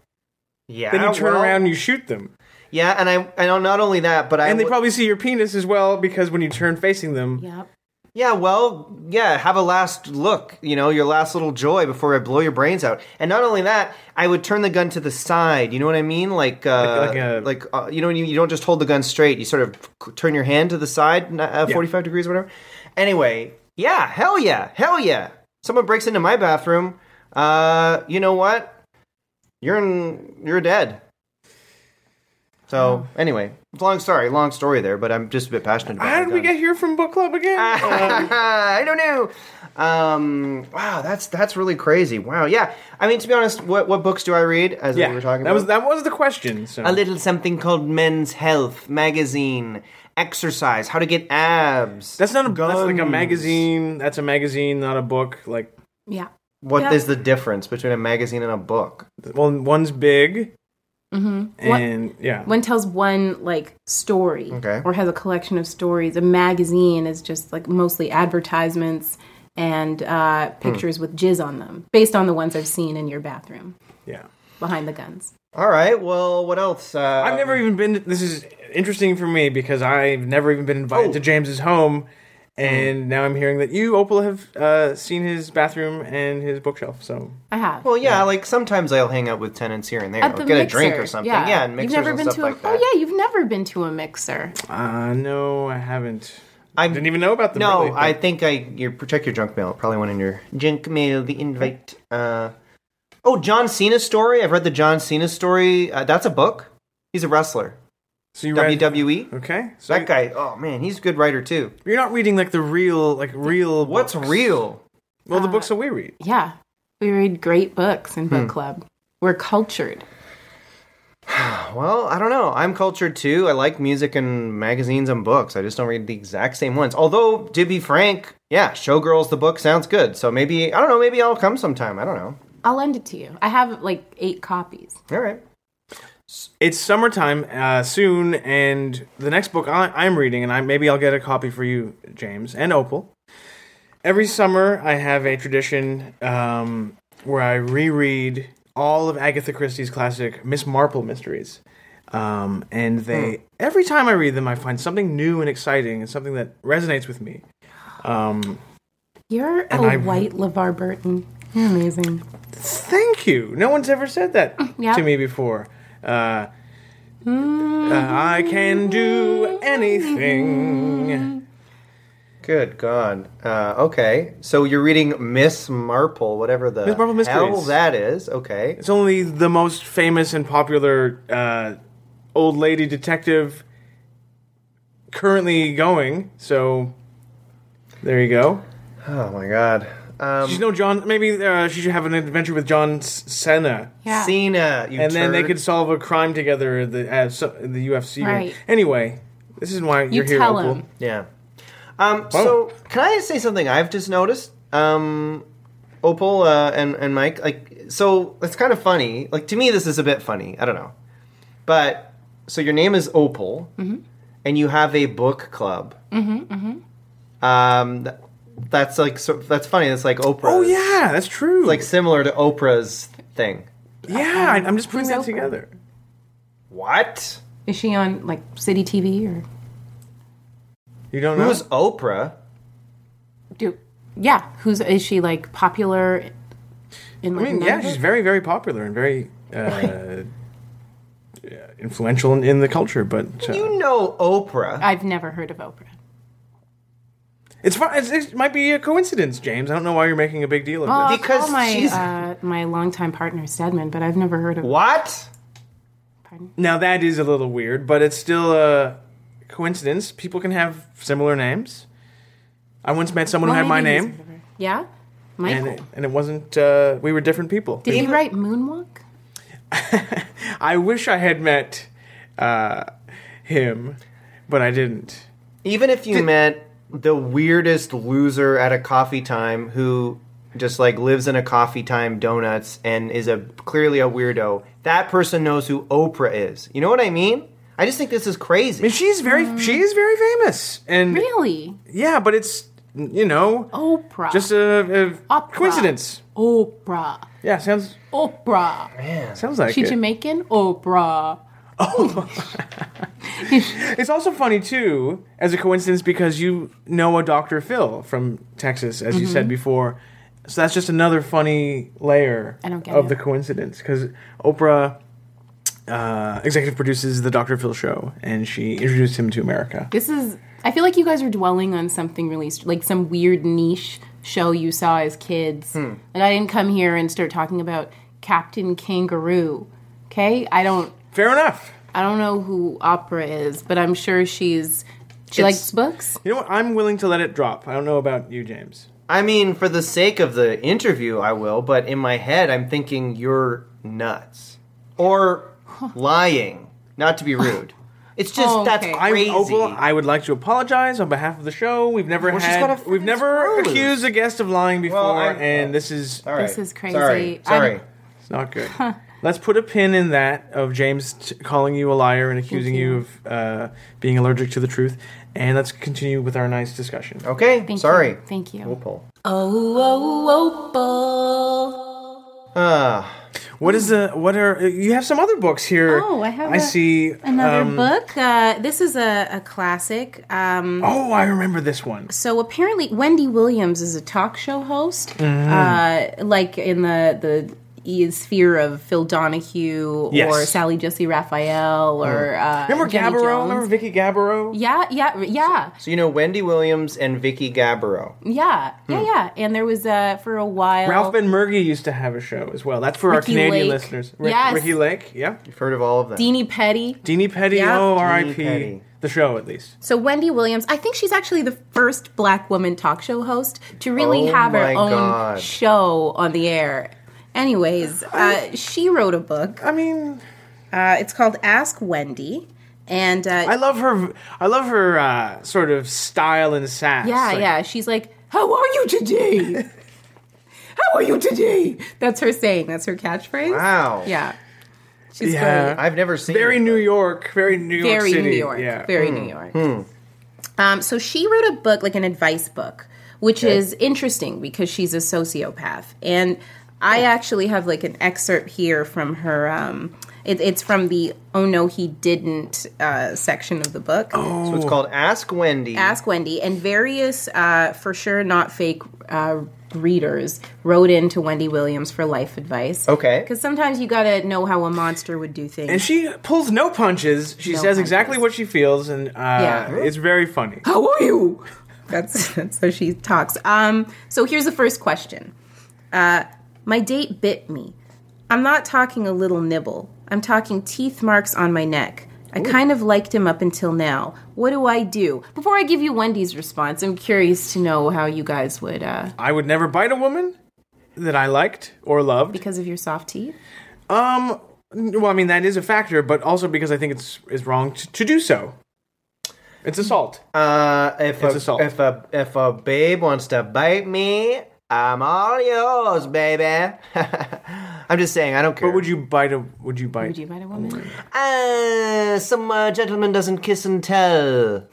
Yeah.
Then you turn
Ah, well,
around and you shoot them,
Yeah, and I I know not only that, but I
and they
would-
probably see your penis as well because when you turn facing them,
Yep.
Yeah, well, yeah, have a last look, you know, your last little joy before I blow your brains out. And not only that, I would turn the gun to the side. You know what I mean? Like, uh,
Like- like a-
like, uh, you know, you, you don't just hold the gun straight. You sort of turn your hand to the side, n- uh, 45 degrees, whatever. Anyway, yeah, hell yeah, hell yeah. Someone breaks into my bathroom. Uh, you know what? You're in, you're dead. So anyway, it's a long story, long story there, but I'm just a bit passionate about
how
the
did we
gun.
get here from book club again?
Ah. I don't know. Um, wow, that's that's really crazy. Wow, yeah. I mean, to be honest, what what books do I read? As
yeah,
we were talking
that
about,
was that was the question. So
a little something called Men's Health magazine, exercise, how to get abs.
That's not a that's like a
Guns.
magazine. That's a magazine, not a book. Like,
Yeah.
What is
yeah.
the difference between a magazine and a book?
well, one's big,
Mm-hmm.
and yeah,
one tells one like story
Okay.
or has a collection of stories a magazine is just like mostly advertisements and uh, pictures with jizz on them based on the ones i've seen in your bathroom
yeah.
behind the guns
All right. Well, what else? Uh,
I've never even been. This is interesting for me because I've never even been invited
Oh. Mm.
to James's home, and now I'm hearing that you, Opal, have uh, seen his bathroom and his bookshelf. So
i have
Well, yeah, like sometimes I'll hang out with tenants here and there, get a drink or something. Yeah, and mixers
you've never
and
been
stuff
to a,
like that.
oh yeah you've never been to a mixer
uh, no, I haven't. I
I'm-
didn't even know about them.
No,
really, but-
I think I you check your junk mail. It Probably went in your junk mail. The invite. Uh, oh, John Cena story. I've read the John Cena story. Uh, that's a book. He's a wrestler.
so you read
WWE.
Okay, so
That guy. Oh man, he's a good writer too.
you're not reading like the real, like real.
What's
books.
real?
Well, the books that we read.
yeah we read great books in book
Hmm.
club we're cultured
Well, I don't know. I'm cultured too. I like music and magazines and books. I just don't read the exact same ones. Although, to be frank, yeah, Showgirls the book sounds good. So maybe I don't know. Maybe I'll come sometime. I don't know.
i'll lend it to you i have like eight copies
All right.
it's summertime uh, soon, and the next book I, I'm reading, and I maybe I'll get a copy for you, James and Opal. Every summer, I have a tradition um, where I reread all of Agatha Christie's classic Miss Marple mysteries, um, and they every time I read them, I find something new and exciting, and something that resonates with me. Um,
you're a
I-
white levar burton you're amazing
Thank you. No one's ever said that
Yeah.
to me before. Uh, uh, I can do anything.
Good God. Uh, okay, so you're reading Miss Marple, whatever the
Miss Marple
hell
Mysteries.
that is. Okay,
It's only the most famous and popular uh, old lady detective currently going. So there you go.
oh my God.
She's
Um,
no John. Maybe uh, she should have an adventure with John S- Senna.
yeah
Cena, you
And then they
turd.
could solve a crime together at the, at so, the UFC. ring.
Right.
Anyway, this is why
you
you're here.
tell
Opal.
him
yeah. Um, so can I say something I've just noticed? Um, Opal uh, and and Mike, like, so it's kind of funny. Like to me, this is a bit funny. I don't know, but so your name is Opal, and you have a book club. Mm-hmm. mm-hmm. Um, th- that's like so, that's funny. It's like Oprah.
Oh yeah, that's true.
like similar to Oprah's thing.
Yeah, I- I'm just putting
Who's
that
Oprah?
together.
What?
Is she on like city TV or
You don't know?
Who's Oprah?
do? Yeah, who's is she like popular? In
I
like,
mean, yeah,
Denver?
she's very, very popular and very uh, yeah, influential in, in the culture. But uh,
You know Oprah.
I've never heard of Oprah.
it's, fine. it's it might be a coincidence, James. I don't know why you're making a big deal of
Well, I'll
Because
call my
she's-
uh, my longtime partner Stedman, but I've never heard of.
What?
Pardon?
this. Now that is a little weird, but it's still a coincidence. People can have similar names. I once met someone who
Well,
had my
maybe he's
name,
heard of her. Yeah,
and
Michael.
it, and it wasn't. Uh, we were different people.
Did he write Moonwalk?
I wish I had met uh, him but I didn't.
Even if you met the weirdest loser at a coffee time who just like lives in a coffee time donuts and is a clearly a weirdo, that person knows who Oprah is. You know what I mean? I just think this is crazy.
And she's very she is very famous. And
Mm. Really?
yeah, but it's you know
Oprah.
just a, a
Opera.
coincidence.
Oprah.
Yeah, sounds
Oprah.
sounds like
She
it.
Jamaican? Oprah.
Oh. It's also funny too, as a coincidence, because you know a Dr. Phil from Texas, as you
Mm-hmm.
said before. So that's just another funny layer
I don't get
of
it.
the coincidence because Oprah uh, executive produces the Dr. Phil show, and she introduced him to America.
This is. I feel like you guys are dwelling on something really, st- like some weird niche show you saw as kids. And I didn't come here and start talking about Captain Kangaroo. Okay, I don't.
Fair enough.
I don't know who Opera is, but I'm sure she's. She likes books.
You know what? I'm willing to let it drop. I don't know about you, James.
I mean, for the sake of the interview, I will, but in my head, I'm thinking you're nuts or lying. Not to be rude. It's just
Oh,
that's
okay.
crazy.
I'm Opal. I would like to apologize on behalf of the show. We've never
Well, she's
had
got a
we've
freaking
never
screw loose.
accused a guest of lying before,
I'm-
and this is
All right.
This is crazy.
Sorry.
I'm-
Sorry.
It's not good. Let's put a pin in that of James t- calling you a liar and accusing you of uh, being allergic to the truth. And let's continue with our nice discussion.
Oh.
Okay.
Thank
sorry.
You. Thank you.
Opal.
Oh, Opal.
Ah,
What is the? What are uh, you have some other books here?
Oh, I have
I
a-
see
Another
um,
book. Uh, this is a, a classic. Um,
Oh, I remember this one.
so apparently, Wendy Williams is a talk show host, uh, like in the the e- sphere of Phil Donahue
Yes.
or Sally Jesse Raphael or uh,
Remember
Jenny
Gabbro?
Jones.
Remember Vicky Gabbro?
Yeah, yeah, yeah,
so you know Wendy Williams and Vicky Gabbro.
yeah, yeah, yeah. And there was uh, for a while.
Ralph Ben Murgi used to have a show as well. That's for
Ricky
our Canadian
Lake.
listeners.
Yes.
Ricky Lake, yeah.
You've heard of all of them.
Deanie Petty.
Deanie Petty,
Yeah.
oh,
Deanie
R.I.P.
Petty.
The show, at least.
So Wendy Williams, I think she's actually the first black woman talk show host to really
Oh
have her
my
own
God.
show on the air. Anyways, uh, she wrote a book.
I mean,
Uh, it's called Ask Wendy, and uh,
I love her. I love her uh, sort of style and sass.
yeah,
Like,
yeah, she's like, "How are you today? How are you today?" That's her saying. That's her catchphrase.
Wow.
Yeah, she's
Yeah.
great.
I've never seen
very
it,
New
though.
York, very New York
very
City.
New York.
Yeah. Hmm.
Very New York. Um, so she wrote a book, like an advice book, which is interesting because she's a sociopath. And I actually have like an excerpt here from her. Um, it, it's from the "Oh no, he didn't" uh, section of the book.
Oh,
So it's called Ask Wendy.
Ask Wendy and various, uh, for sure not fake uh, readers wrote in to Wendy Williams for life advice.
Okay.
because sometimes you gotta know how a monster would do things.
And she pulls no punches. She
No
says exactly
punches.
what she feels, and uh,
Yeah.
it's very funny.
How are you? That's, that's how she talks. Um, so here's the first question. Uh, my date bit me. I'm not talking a little nibble. I'm talking teeth marks on my neck. I kind of liked him up until now. What do I do? Before I give you Wendy's response, I'm curious to know how you guys would, uh,
I would never bite a woman that I liked or loved.
because of your soft teeth.
Um, well, I mean that is a factor, but also because I think it's is wrong to, to do so. It's assault.
Uh, if
It's
a,
assault.
if a if a babe wants to bite me, I'm all yours, baby. I'm just saying, I don't care.
But would you bite a? Would you bite?
Would you bite a woman?
Uh, some uh, gentleman doesn't kiss and tell.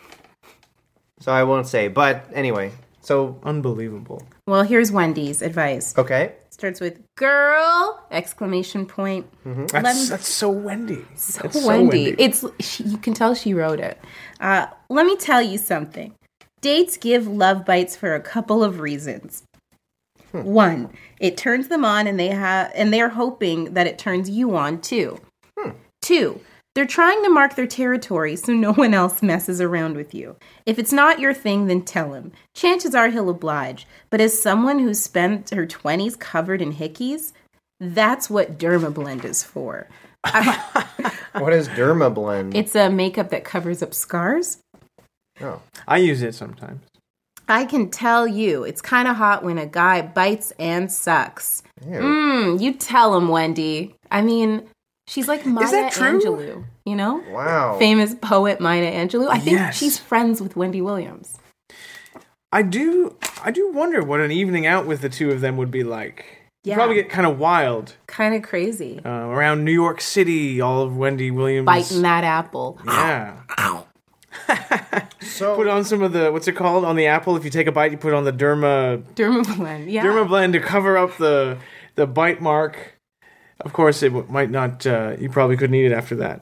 So I won't say. But anyway, so
Unbelievable.
Well, here's Wendy's advice.
okay.
Starts with "girl!" exclamation point.
That's, that's so Wendy. So that's so
Wendy. It's she, you can tell she wrote it. Uh, let me tell you something. Dates give love bites for a couple of reasons. One, it turns them on, and they have, and they're hoping that it turns you on too. Two, they're trying to mark their territory so no one else messes around with you. If it's not your thing, then tell him. Chances are he'll oblige. But as someone who spent her 20s covered in hickeys, that's what Dermablend is for.
What is dermablend?
It's a makeup that covers up scars.
oh.
I use it sometimes.
I can tell you, it's kind of hot when a guy bites and sucks.
Ew.
Mm, you tell him, Wendy. I mean, she's like Maya
that true?
Angelou. you know?
Wow.
Famous poet Maya Angelou. I think
Yes.
she's friends with Wendy Williams.
I do I do wonder what an evening out with the two of them would be like. You'd probably get kind of wild
kind of crazy.
uh, around New York City. All of Wendy Williams
Biting that apple.
Yeah,
So
put on some of the what's it called on the apple. If you take a bite, you put on the derma
Dermablend. Yeah.
derma blend to cover up the the bite mark. Of course, it w- might not. Uh, you probably couldn't eat it after that.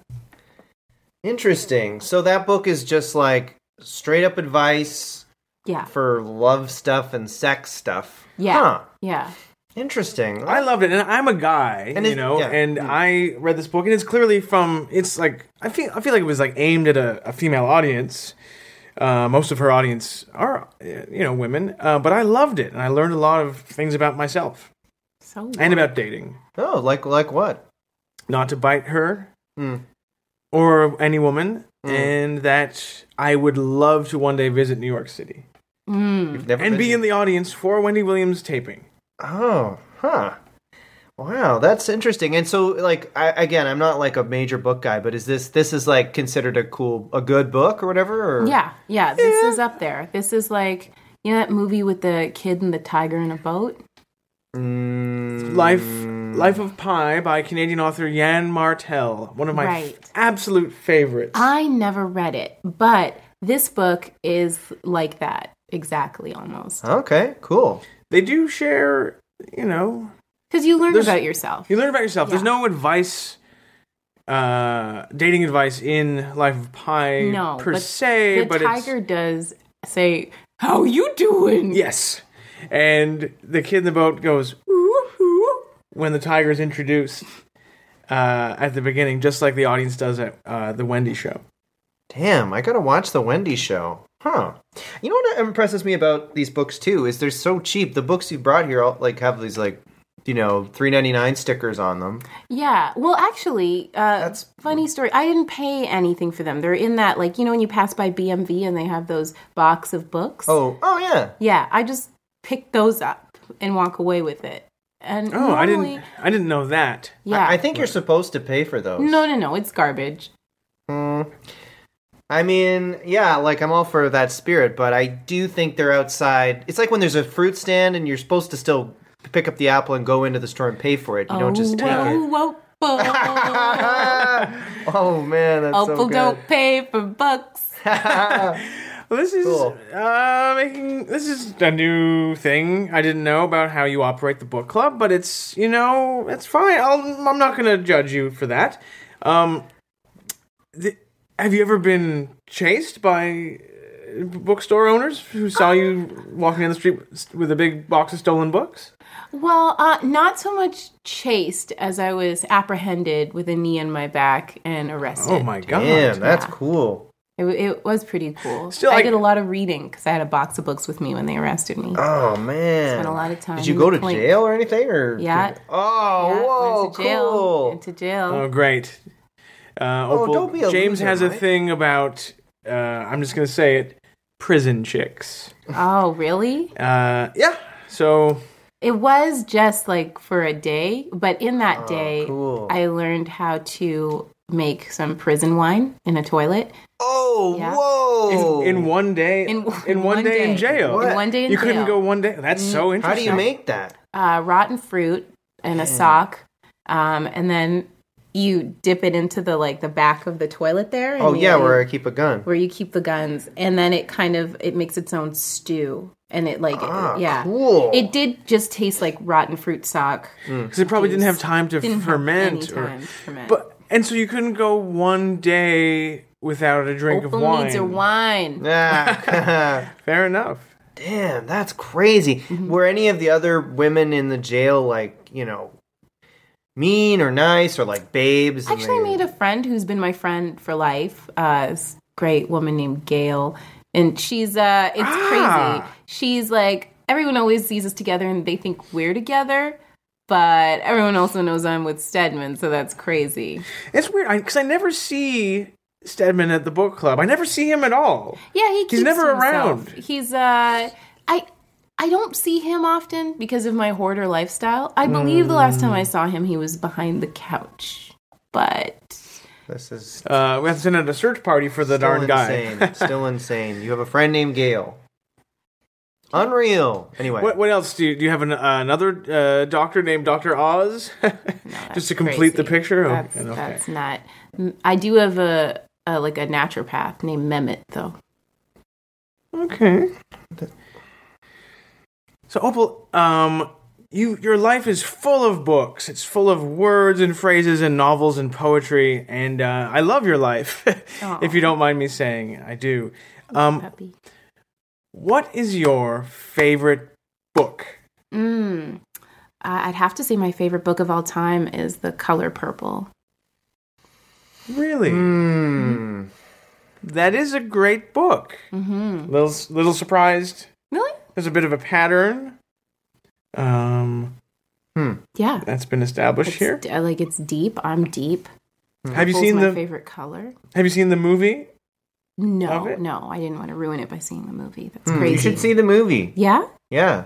interesting. So that book is just like straight up advice
yeah.
for love stuff and sex stuff.
Yeah.
Huh.
Yeah.
Interesting.
I loved it, and I'm a guy,
And
you
it-
know,
yeah.
and I read this book, and it's clearly from. It's like I feel I feel like it was like aimed at a, a female audience. Uh, most of her audience are, uh, you know, women. Uh, but I loved it, and I learned a lot of things about myself
So
and about dating.
oh, like like what?
Not to bite her,
Hmm.
or any woman, and that I would love to one day visit New York City
Mm.
You've never
and
been
be
to-
in the audience for Wendy Williams taping.
Oh, huh. Wow, that's interesting. And so, like, I, again, I'm not like a major book guy, but is this this is like considered a cool, a good book or whatever? Or?
Yeah. Yeah. This is up there. This is like, you know that movie with the kid and the tiger in a boat?
Mm,
Life, Life of Pi by Canadian author Jan Martel, one of my f-
Right. Uh,
absolute favorites.
I never read it, but this book is like that exactly almost.
Okay. Cool.
they do share, you know,
Because you learn
There's-
about yourself.
you learn about yourself. There's
Yeah.
no advice, uh, dating advice in Life of Pi
no.
per
but
se,
the
but
tiger
it's
does say, How you doing?
yes. And the kid in the boat goes
Woo-hoo.
when the tiger is introduced uh, at the beginning, just like the audience does at uh, the Wendy show.
Damn, I gotta watch the Wendy show. Huh. You know what impresses me about these books too is they're so cheap. The books you brought here all like have these like, you know, three ninety nine stickers on them.
Yeah. Well, actually, uh,
That's-
funny story. I didn't pay anything for them. They're in that like you know when you pass by BMV and they have those box of books.
Oh, oh yeah.
Yeah, I just pick those up and walk away with it. And
Oh, I didn't, I didn't know that.
Yeah.
I, I think you're supposed to pay for those.
no, no, no. It's garbage.
Mm. I mean, yeah, like I'm all for that spirit, but I do think they're outside. It's like when there's a fruit stand and you're supposed to still pick up the apple and go into the store and pay for it. You don't
Oh,
just take it.
whoa, whoa, whoa.
oh man, that's
Opal
so good.
don't pay for bucks.
Well, this is
Cool.
uh, making this is a new thing. I didn't know about how you operate the book club, but it's you know it's fine. I'll, I'm not going to judge you for that. Um, the, have you ever been chased by uh, bookstore owners who saw you walking down the street with a big box of stolen books?
Well, uh, not so much chased as I was apprehended with a knee in my back and arrested.
Oh my god!
Damn, that's cool.
It, it was pretty cool.
Still,
I,
I-
did a lot of reading because I had a box of books with me when they arrested me.
Oh man,
Spent a lot of time
Did you
in
go
the
to
clink.
jail or anything? Or
Yeah.
Oh,
Yeah,
whoa,
went to jail.
cool.
Went to jail.
Oh, great. Uh, Opal,
Oh, don't be a
James
loser,
has a
Mike.
thing about. Uh, I'm just going to say it: prison chicks.
oh, really?
Uh, yeah. So
It was just like for a day, but in
Oh,
that day,
Oh, cool.
I learned how to make some prison wine in a toilet.
Oh,
Yeah.
whoa.
in one day, in,
In-
one,
one
day, in
day.
jail,
Oh. What?
In one day in
you
jail. Mm.
couldn't go one day. That's so interesting.
How do you make that?
uh, rotten fruit in a sock, um, and then you dip it into the like the back of the toilet there. and
Oh
you-
yeah, where I keep a gun.
where you keep the guns and then it kind of it makes its own stew and it like
Ah,
yeah
cool.
it did just taste like rotten fruit sock
Because it probably didn't have time to
Didn't have
ferment.
any
or-
time to ferment.
But and so you couldn't go one day without a drink of
Opal
wine.
needs her wine
Ah,
Fair enough.
Damn, that's crazy. Were any of the other women in the jail like, you know, mean or nice or like babes? and
actually I
they-
made a friend who's been my friend for life uh this great woman named gail and she's uh it's
Ah.
crazy she's like everyone always sees us together and they think we're together but everyone also knows i'm with stedman so that's crazy
It's weird because I, never see Stedman at the book club. I never see him at all.
Yeah, he keeps
never
to himself.
around.
He's uh I I don't see him often because of my hoarder lifestyle. I believe the last time I saw him he was behind the couch. But
This is
Uh, we have to send out a search party for the darn
insane.
guy.
Still insane. You have a friend named Gail. Unreal. Anyway,
What, what else do you do? You have an, uh, another uh, doctor named Doctor Oz, just to
That's
complete the
crazy.
picture. Oh,
That's,
okay.
that's not. m- I do have a, a like a naturopath named Mehmet though.
Okay. So Opal, um, you your life is full of books. It's full of words and phrases and novels and poetry, and uh, I love your life. if you don't mind me saying, I do. Um,
Puppy.
what is your favorite book?
Mm. I- I'd have to say my favorite book of all time is The Color Purple.
Really,
Mm.
Hmm.
that is a great book.
Mm-hmm.
Little little surprised.
Really?
There's a bit of a pattern. Um,
Yeah.
that's been established
It's
here.
d- uh, like it's deep. I'm deep.
Have you
Purple's
seen
my
the
favorite color?
Have you seen the movie? Love
No,
it.
no, I didn't want to ruin it by seeing the movie. That's
Hmm,
crazy.
You should see the movie.
yeah,
Yeah.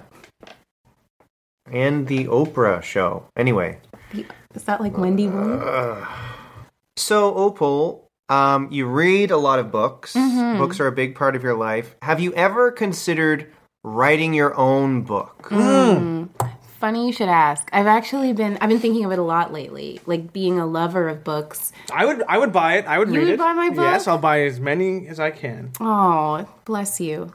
And the Oprah show. Anyway.
The- is that like Wendy Wu?
So, Opal, um, you read a lot of books. Books are a big part of your life. Have you ever considered writing your own book?
Funny you should ask. I've actually been I've been thinking of it a lot lately, like being a lover of books.
I would I would buy it. I would
You
read
would
it.
buy my book?
Yes, I'll buy as many as I can.
Oh, bless you.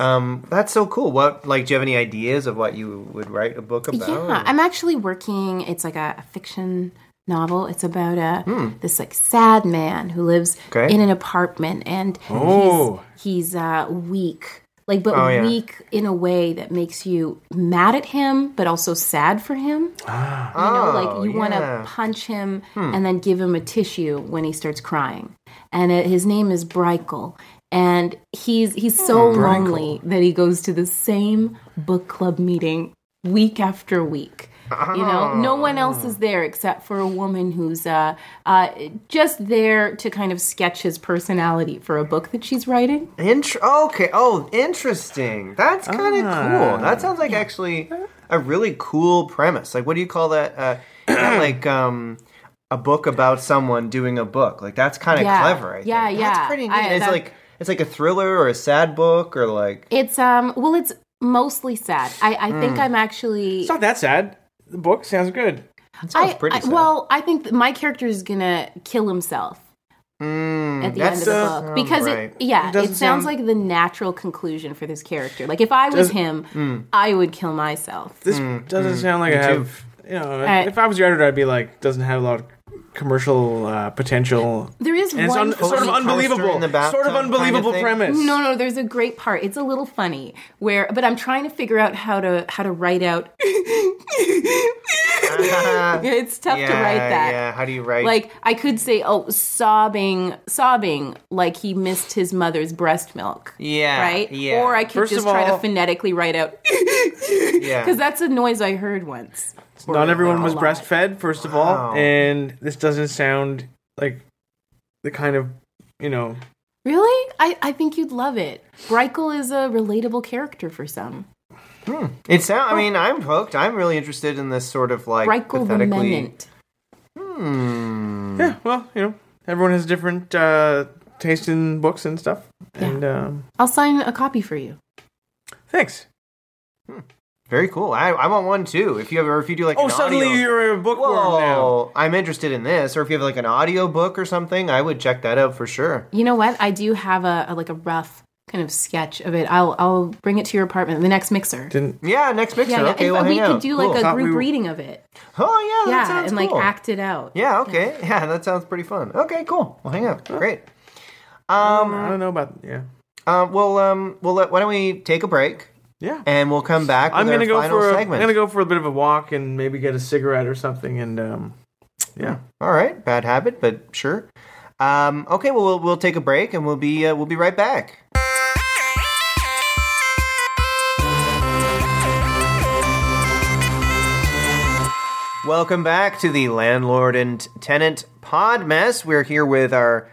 Um, that's so cool. What like do you have any ideas of what you would write a book about?
Yeah, I'm actually working. It's like a, a fiction novel. It's about a this like sad man who lives
Hmm. Okay.
in an apartment and
Oh.
he's he's uh, weak, like but
Oh, yeah.
weak in a way that makes you mad at him, but also sad for him. You know,
Oh,
like you want
yeah. Hmm.
to punch him and then give him a tissue when he starts crying. And it, his name is Breichel. And he's he's so lonely that he goes to the same book club meeting week after week. You know, no one else is there except for a woman who's uh, uh, just there to kind of sketch his personality for a book that she's writing.
Int- okay. Oh, interesting. That's kind of cool. That sounds like actually a really cool premise. Like, what do you call that? Uh, not like um, a book about someone doing a book. Like that's kind of
Yeah.
clever. I think.
Yeah,
That's
yeah.
pretty neat.
I-
it's
that-
like it's like a thriller or a sad book or like.
It's um, well, it's mostly sad. I, I think I'm actually
It's not that sad. The book sounds good.
That sounds
I-
pretty.
I-
sad.
Well, I think that my character is gonna kill himself
Mm,
at the end
that's-
of the
uh,
book because
right.
it, yeah,
It
it,
doesn't sound-
sounds like the natural conclusion for this character. Like if I was
Does-
him,
mm.
I would kill myself.
This doesn't sound like I
Hmm, too.
have. You know, if-
I-
if I was your editor, I'd be like, doesn't have a lot of commercial uh, potential.
There is
And it's un-
one
sort of
funny-
unbelievable,
Toaster in the
sort of
bathtub kind of
unbelievable
thing?
premise.
No, no, there's a great part. It's a little funny where, but I'm trying to figure out how to how to write out. it's tough to
yeah,
write that.
Yeah. How do you write?
Like I could say, oh, sobbing, sobbing, like he missed his mother's breast milk.
Yeah,
Right.
yeah.
Or I could
First
just
of
try
all-
to phonetically write out
yeah.
because that's a noise I heard once.
Not everyone was
Wow.
breastfed, first of
Wow.
all, and this doesn't sound like the kind of you know.
Really? I, I think you'd love it. Breichel is a relatable character for some.
It
Oh.
sounds. I mean, I'm hooked. I'm really interested in this sort of like
Breichel the
pathetically.
Menant.
Hmm.
Yeah, well, you know, everyone has different uh, taste in books and stuff, and um,
I'll sign a copy for you.
thanks.
Very cool. I, I want one too. If you have, or if you do like
Oh,
an
suddenly
audio,
you're a bookworm now.
Whoa, I'm interested in this. Or if you have like an audio book or something, I would check that out for sure.
You know what? I do have a, a like a rough kind of sketch of it. I'll I'll bring it to your apartment. The next mixer.
Didn't
Yeah, next mixer.
Yeah, yeah.
okay,
In
we'll
fact,
hang
we
out.
could do
Cool.
like a
Thought we
group
were-
reading of it.
Oh yeah, that
Yeah,
sounds
and like
cool.
act it out.
Yeah, okay. Yeah, that sounds pretty fun. Okay, cool. We'll hang out. Great.
I don't know about yeah.
Um, well, um, well, let, why don't we take a break
Yeah.
and we'll come back. With
I'm gonna
our
go
final
for a, I'm
segment.
gonna go for a bit of a walk and maybe get a cigarette or something and um yeah.
All right, bad habit, but sure. Um, okay, well, we'll we'll take a break and we'll be uh, we'll be right back. Welcome back to the landlord and tenant pod mess. We're here with our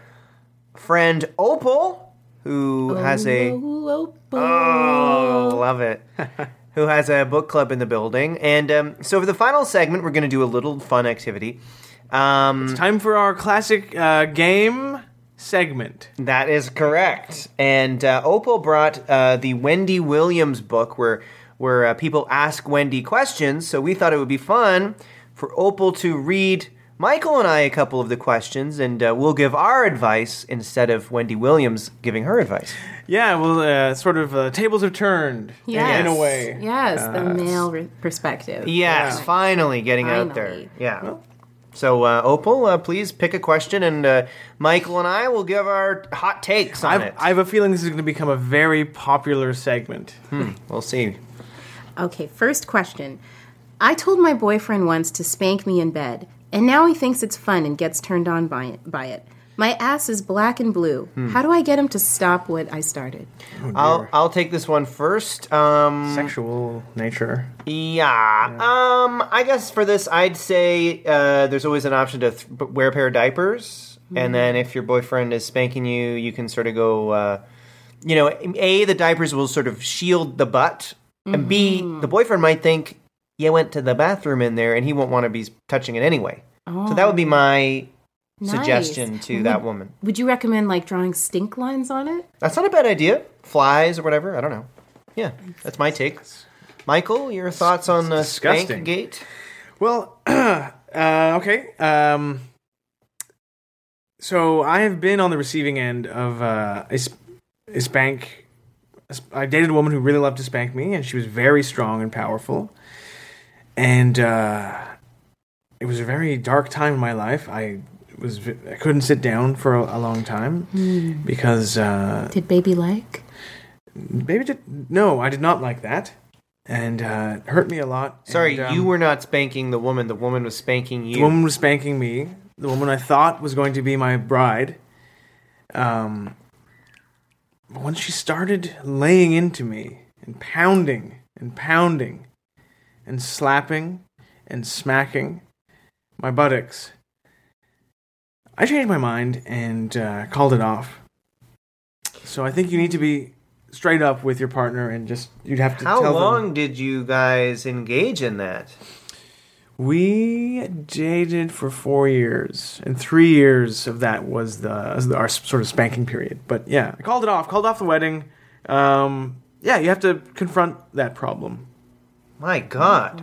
friend Opal, who has a
Ooh, oh, boy.
Oh, love it. Who has a book club in the building. And um, so, for the final segment, we're going to do a little fun activity. Um,
Time for our classic uh, game segment.
that is correct. And uh, Opal brought uh, the Wendy Williams book where where uh, people ask Wendy questions. So we thought it would be fun for Opal to read Michael and I a couple of the questions, and uh, we'll give our advice instead of Wendy Williams giving her advice.
Yeah, well, uh, sort of uh, tables have turned in-
Yes.
in a way.
Yes, the male re- perspective.
Yes,
Yeah.
finally getting out there.
Finally.
Yeah. so, uh, Opal, uh, please pick a question, and uh, Michael and I will give our hot takes on
I've,
it.
I have a feeling this is going to become a very popular segment.
we'll see.
Okay, first question. I told my boyfriend once to spank me in bed, and now he thinks it's fun and gets turned on by it. By it. My ass is black and blue. How do I get him to stop what I started?
Oh,
I'll I'll take this one first. Um,
Sexual nature.
yeah. Um, I guess for this, I'd say uh, there's always an option to th- wear a pair of diapers, and then if your boyfriend is spanking you, you can sort of go. Uh, you know, a the diapers will sort of shield the butt, and b the boyfriend might think you went to the bathroom in there, and he won't want to be touching it anyway. So that would be my
Nice.
suggestion to that woman.
Would you recommend like drawing stink lines on it?
That's not a bad idea. Flies or whatever. I don't know. Yeah, that's my take. Michael, your thoughts on uh,
disgusting.
Spank Gate?
Well, uh, okay. Um, so I have been on the receiving end of uh, a, sp- a spank. a sp- I dated a woman who really loved to spank me, and she was very strong and powerful. And uh, it was a very dark time in my life. I was v- I couldn't sit down for a, a long time because uh,
Did baby like?
baby did no, I did not like that, and uh, it hurt me a lot.
Sorry,
and, um,
you were not spanking the woman. The woman was spanking you.
The woman was spanking me. The woman I thought was going to be my bride. Um, but once she started laying into me and pounding and pounding and slapping and smacking my buttocks, I changed my mind and uh, called it off. So I think you need to be straight up with your partner and just you'd have to
How
tell
long
them.
did you guys engage in that?
We dated for four years, and three years of that was the, was the- our sort of spanking period. But yeah, I called it off. Called off the wedding. Um, yeah, you have to confront that problem.
My God.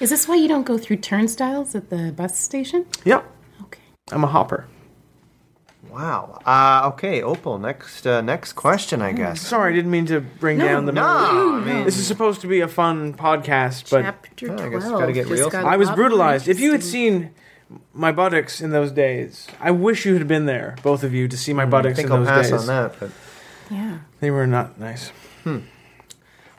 Is this why you don't go through turnstiles at the bus station?
Yep,
Okay.
I'm a hopper.
Wow. Uh, okay, Opal. Next, uh, next question, I guess. Ah,
Sorry, I didn't mean to bring down the.
No, I mean,
This is supposed to be a fun podcast, but oh,
Chapter
I guess
12.
it's gotta get
just
real.
got
I was
a lot more
brutalized. If you had
interesting.
seen my buttocks in those days, I wish you had been there, both of you, to see my
Mm, I
buttocks
think
in
I'll
those
pass
days.
on that. But
Yeah.
They were not nice.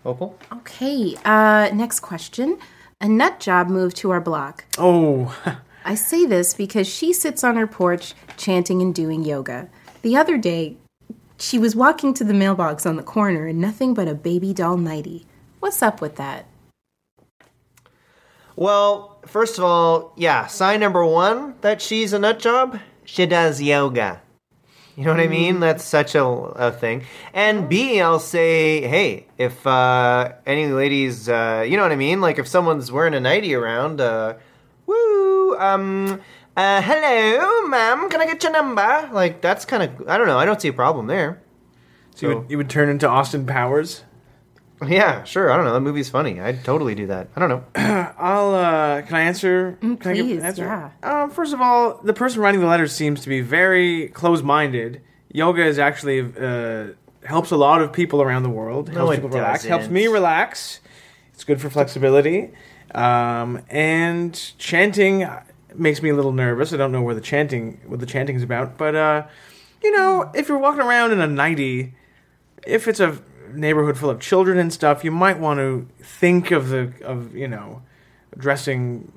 Opal,
Okay, uh, next question. A nut job moved to our block.
Oh,
I say this because she sits on her porch chanting and doing yoga. The other day, she was walking to the mailbox on the corner in nothing but a baby doll nightie. What's up with that?
Well, first of all, yeah, sign number one that she's a nut job, she does yoga. You know what I mean? That's such a, a thing. And B, I'll say, hey, if uh, any ladies, uh, you know what I mean? Like if someone's wearing a nightie around, uh, woo, um, uh, hello, ma'am, can I get your number? Like that's kind of, I don't know, I don't see a problem there.
so
Oh.
you would, you would turn into Austin Powers.
Yeah, sure, I don't know, that movie's funny. I'd totally do that. I don't know.
I'll uh can I answer? can I
Mm, please,
an
yeah.
Um, first of all, the person writing the letters seems to be very close-minded. Yoga is actually uh, helps a lot of people around the world. Helps
it
people relax. Helps
doesn't.
me relax. It's good for flexibility. Um, and chanting makes me a little nervous. I don't know where the chanting what the chanting is about, but uh, you know, if you're walking around in a nightie, if it's a neighborhood full of children and stuff, you might want to think of the of you know dressing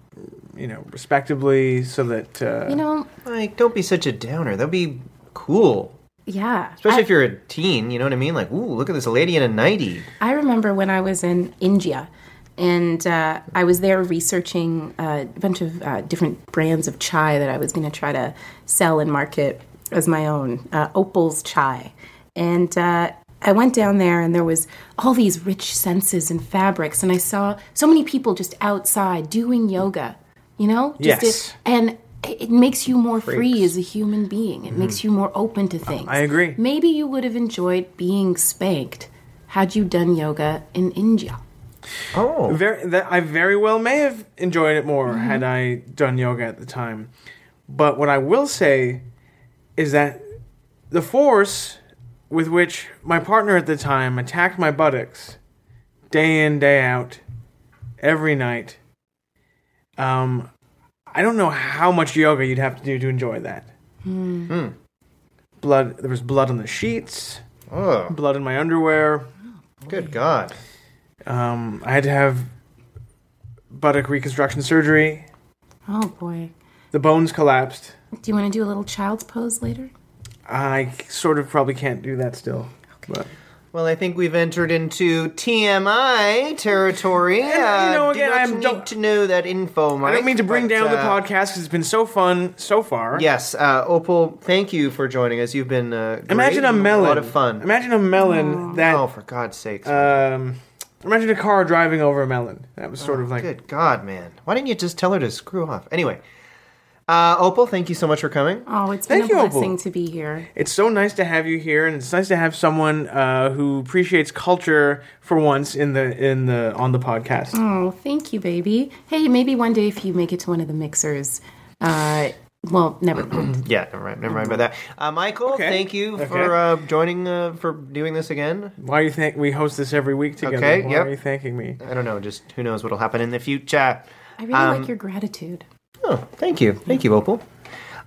you know respectably so that uh,
You know,
Like, don't be such a downer, that'd be cool.
yeah.
Especially
I,
if you're a teen, you know what I mean? Like, ooh, look at this lady in a nightie.
I remember when I was in India and uh, I was there researching uh, a bunch of uh, different brands of chai that I was going to try to sell and market as my own, uh, Opal's chai. And uh, I went down there and there was all these rich senses and fabrics and I saw so many people just outside doing yoga, you know? Just
Yes.
and it it makes you more free as a human being. It makes you more open to things.
Mm-hmm. I agree.
Maybe you would have enjoyed being spanked had you done yoga in India.
Oh,
Very, that I very well may have enjoyed it more had I done yoga at the time. But what I will say is that the force with which my partner at the time attacked my buttocks, day in, day out, every night, um, I don't know how much yoga you'd have to do to enjoy that. Blood. There was blood on the sheets.
oh,
Blood in my underwear.
good God.
Um, I had to have buttock reconstruction surgery.
Oh boy.
The bones collapsed.
Do you want to do a little child's pose later?
I sort of probably can't do that still. But
Well, I think we've entered into TMI territory.
you
Uh,
know,
do
again,
not
I'm-
need
don't-
to know that info, Mike.
I don't mean to bring
but,
down the
uh,
podcast 'cause it's been so fun so far.
Yes, uh, Opal, thank you for joining us. You've been uh, great.
Imagine a
You've been
melon.
a lot of fun.
Imagine a melon that.
oh, for God's sakes!
Um, imagine a car driving over a melon. That was sort of like.
Oh, Good God, man! Why didn't you just tell her to screw off? Anyway, uh, Opal, thank you so much for coming.
Oh, it's been
Thank
a
you, Opal.
blessing to be here.
It's so nice to have you here, and it's nice to have someone uh, who appreciates culture for once in the in the on the podcast.
Oh, thank you, baby. Hey, maybe one day if you make it to one of the mixers, uh, well, never mind.
Yeah, never mind, never mind about that. Uh, Michael,
Okay.
thank you
Okay.
for uh, joining uh, for doing this again.
Why you think we host this every week together?
Okay,
Why
yep.
are you thanking me?
I don't know, just who knows what'll happen in the future.
I really
Um,
like your gratitude.
Oh, thank you, thank you, Opal.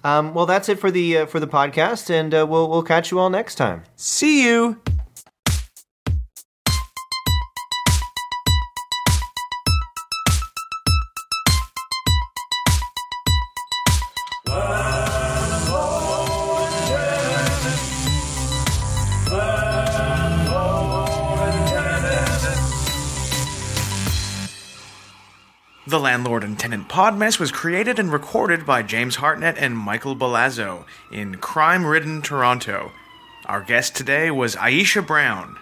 Um, well, that's it for the uh, for the podcast, and uh, we'll we'll catch you all next time.
See you. The Landlord and Tenant Podmess was created and recorded by James Hartnett and Michael Balazzo in crime ridden Toronto. Our guest today was Aisha Brown.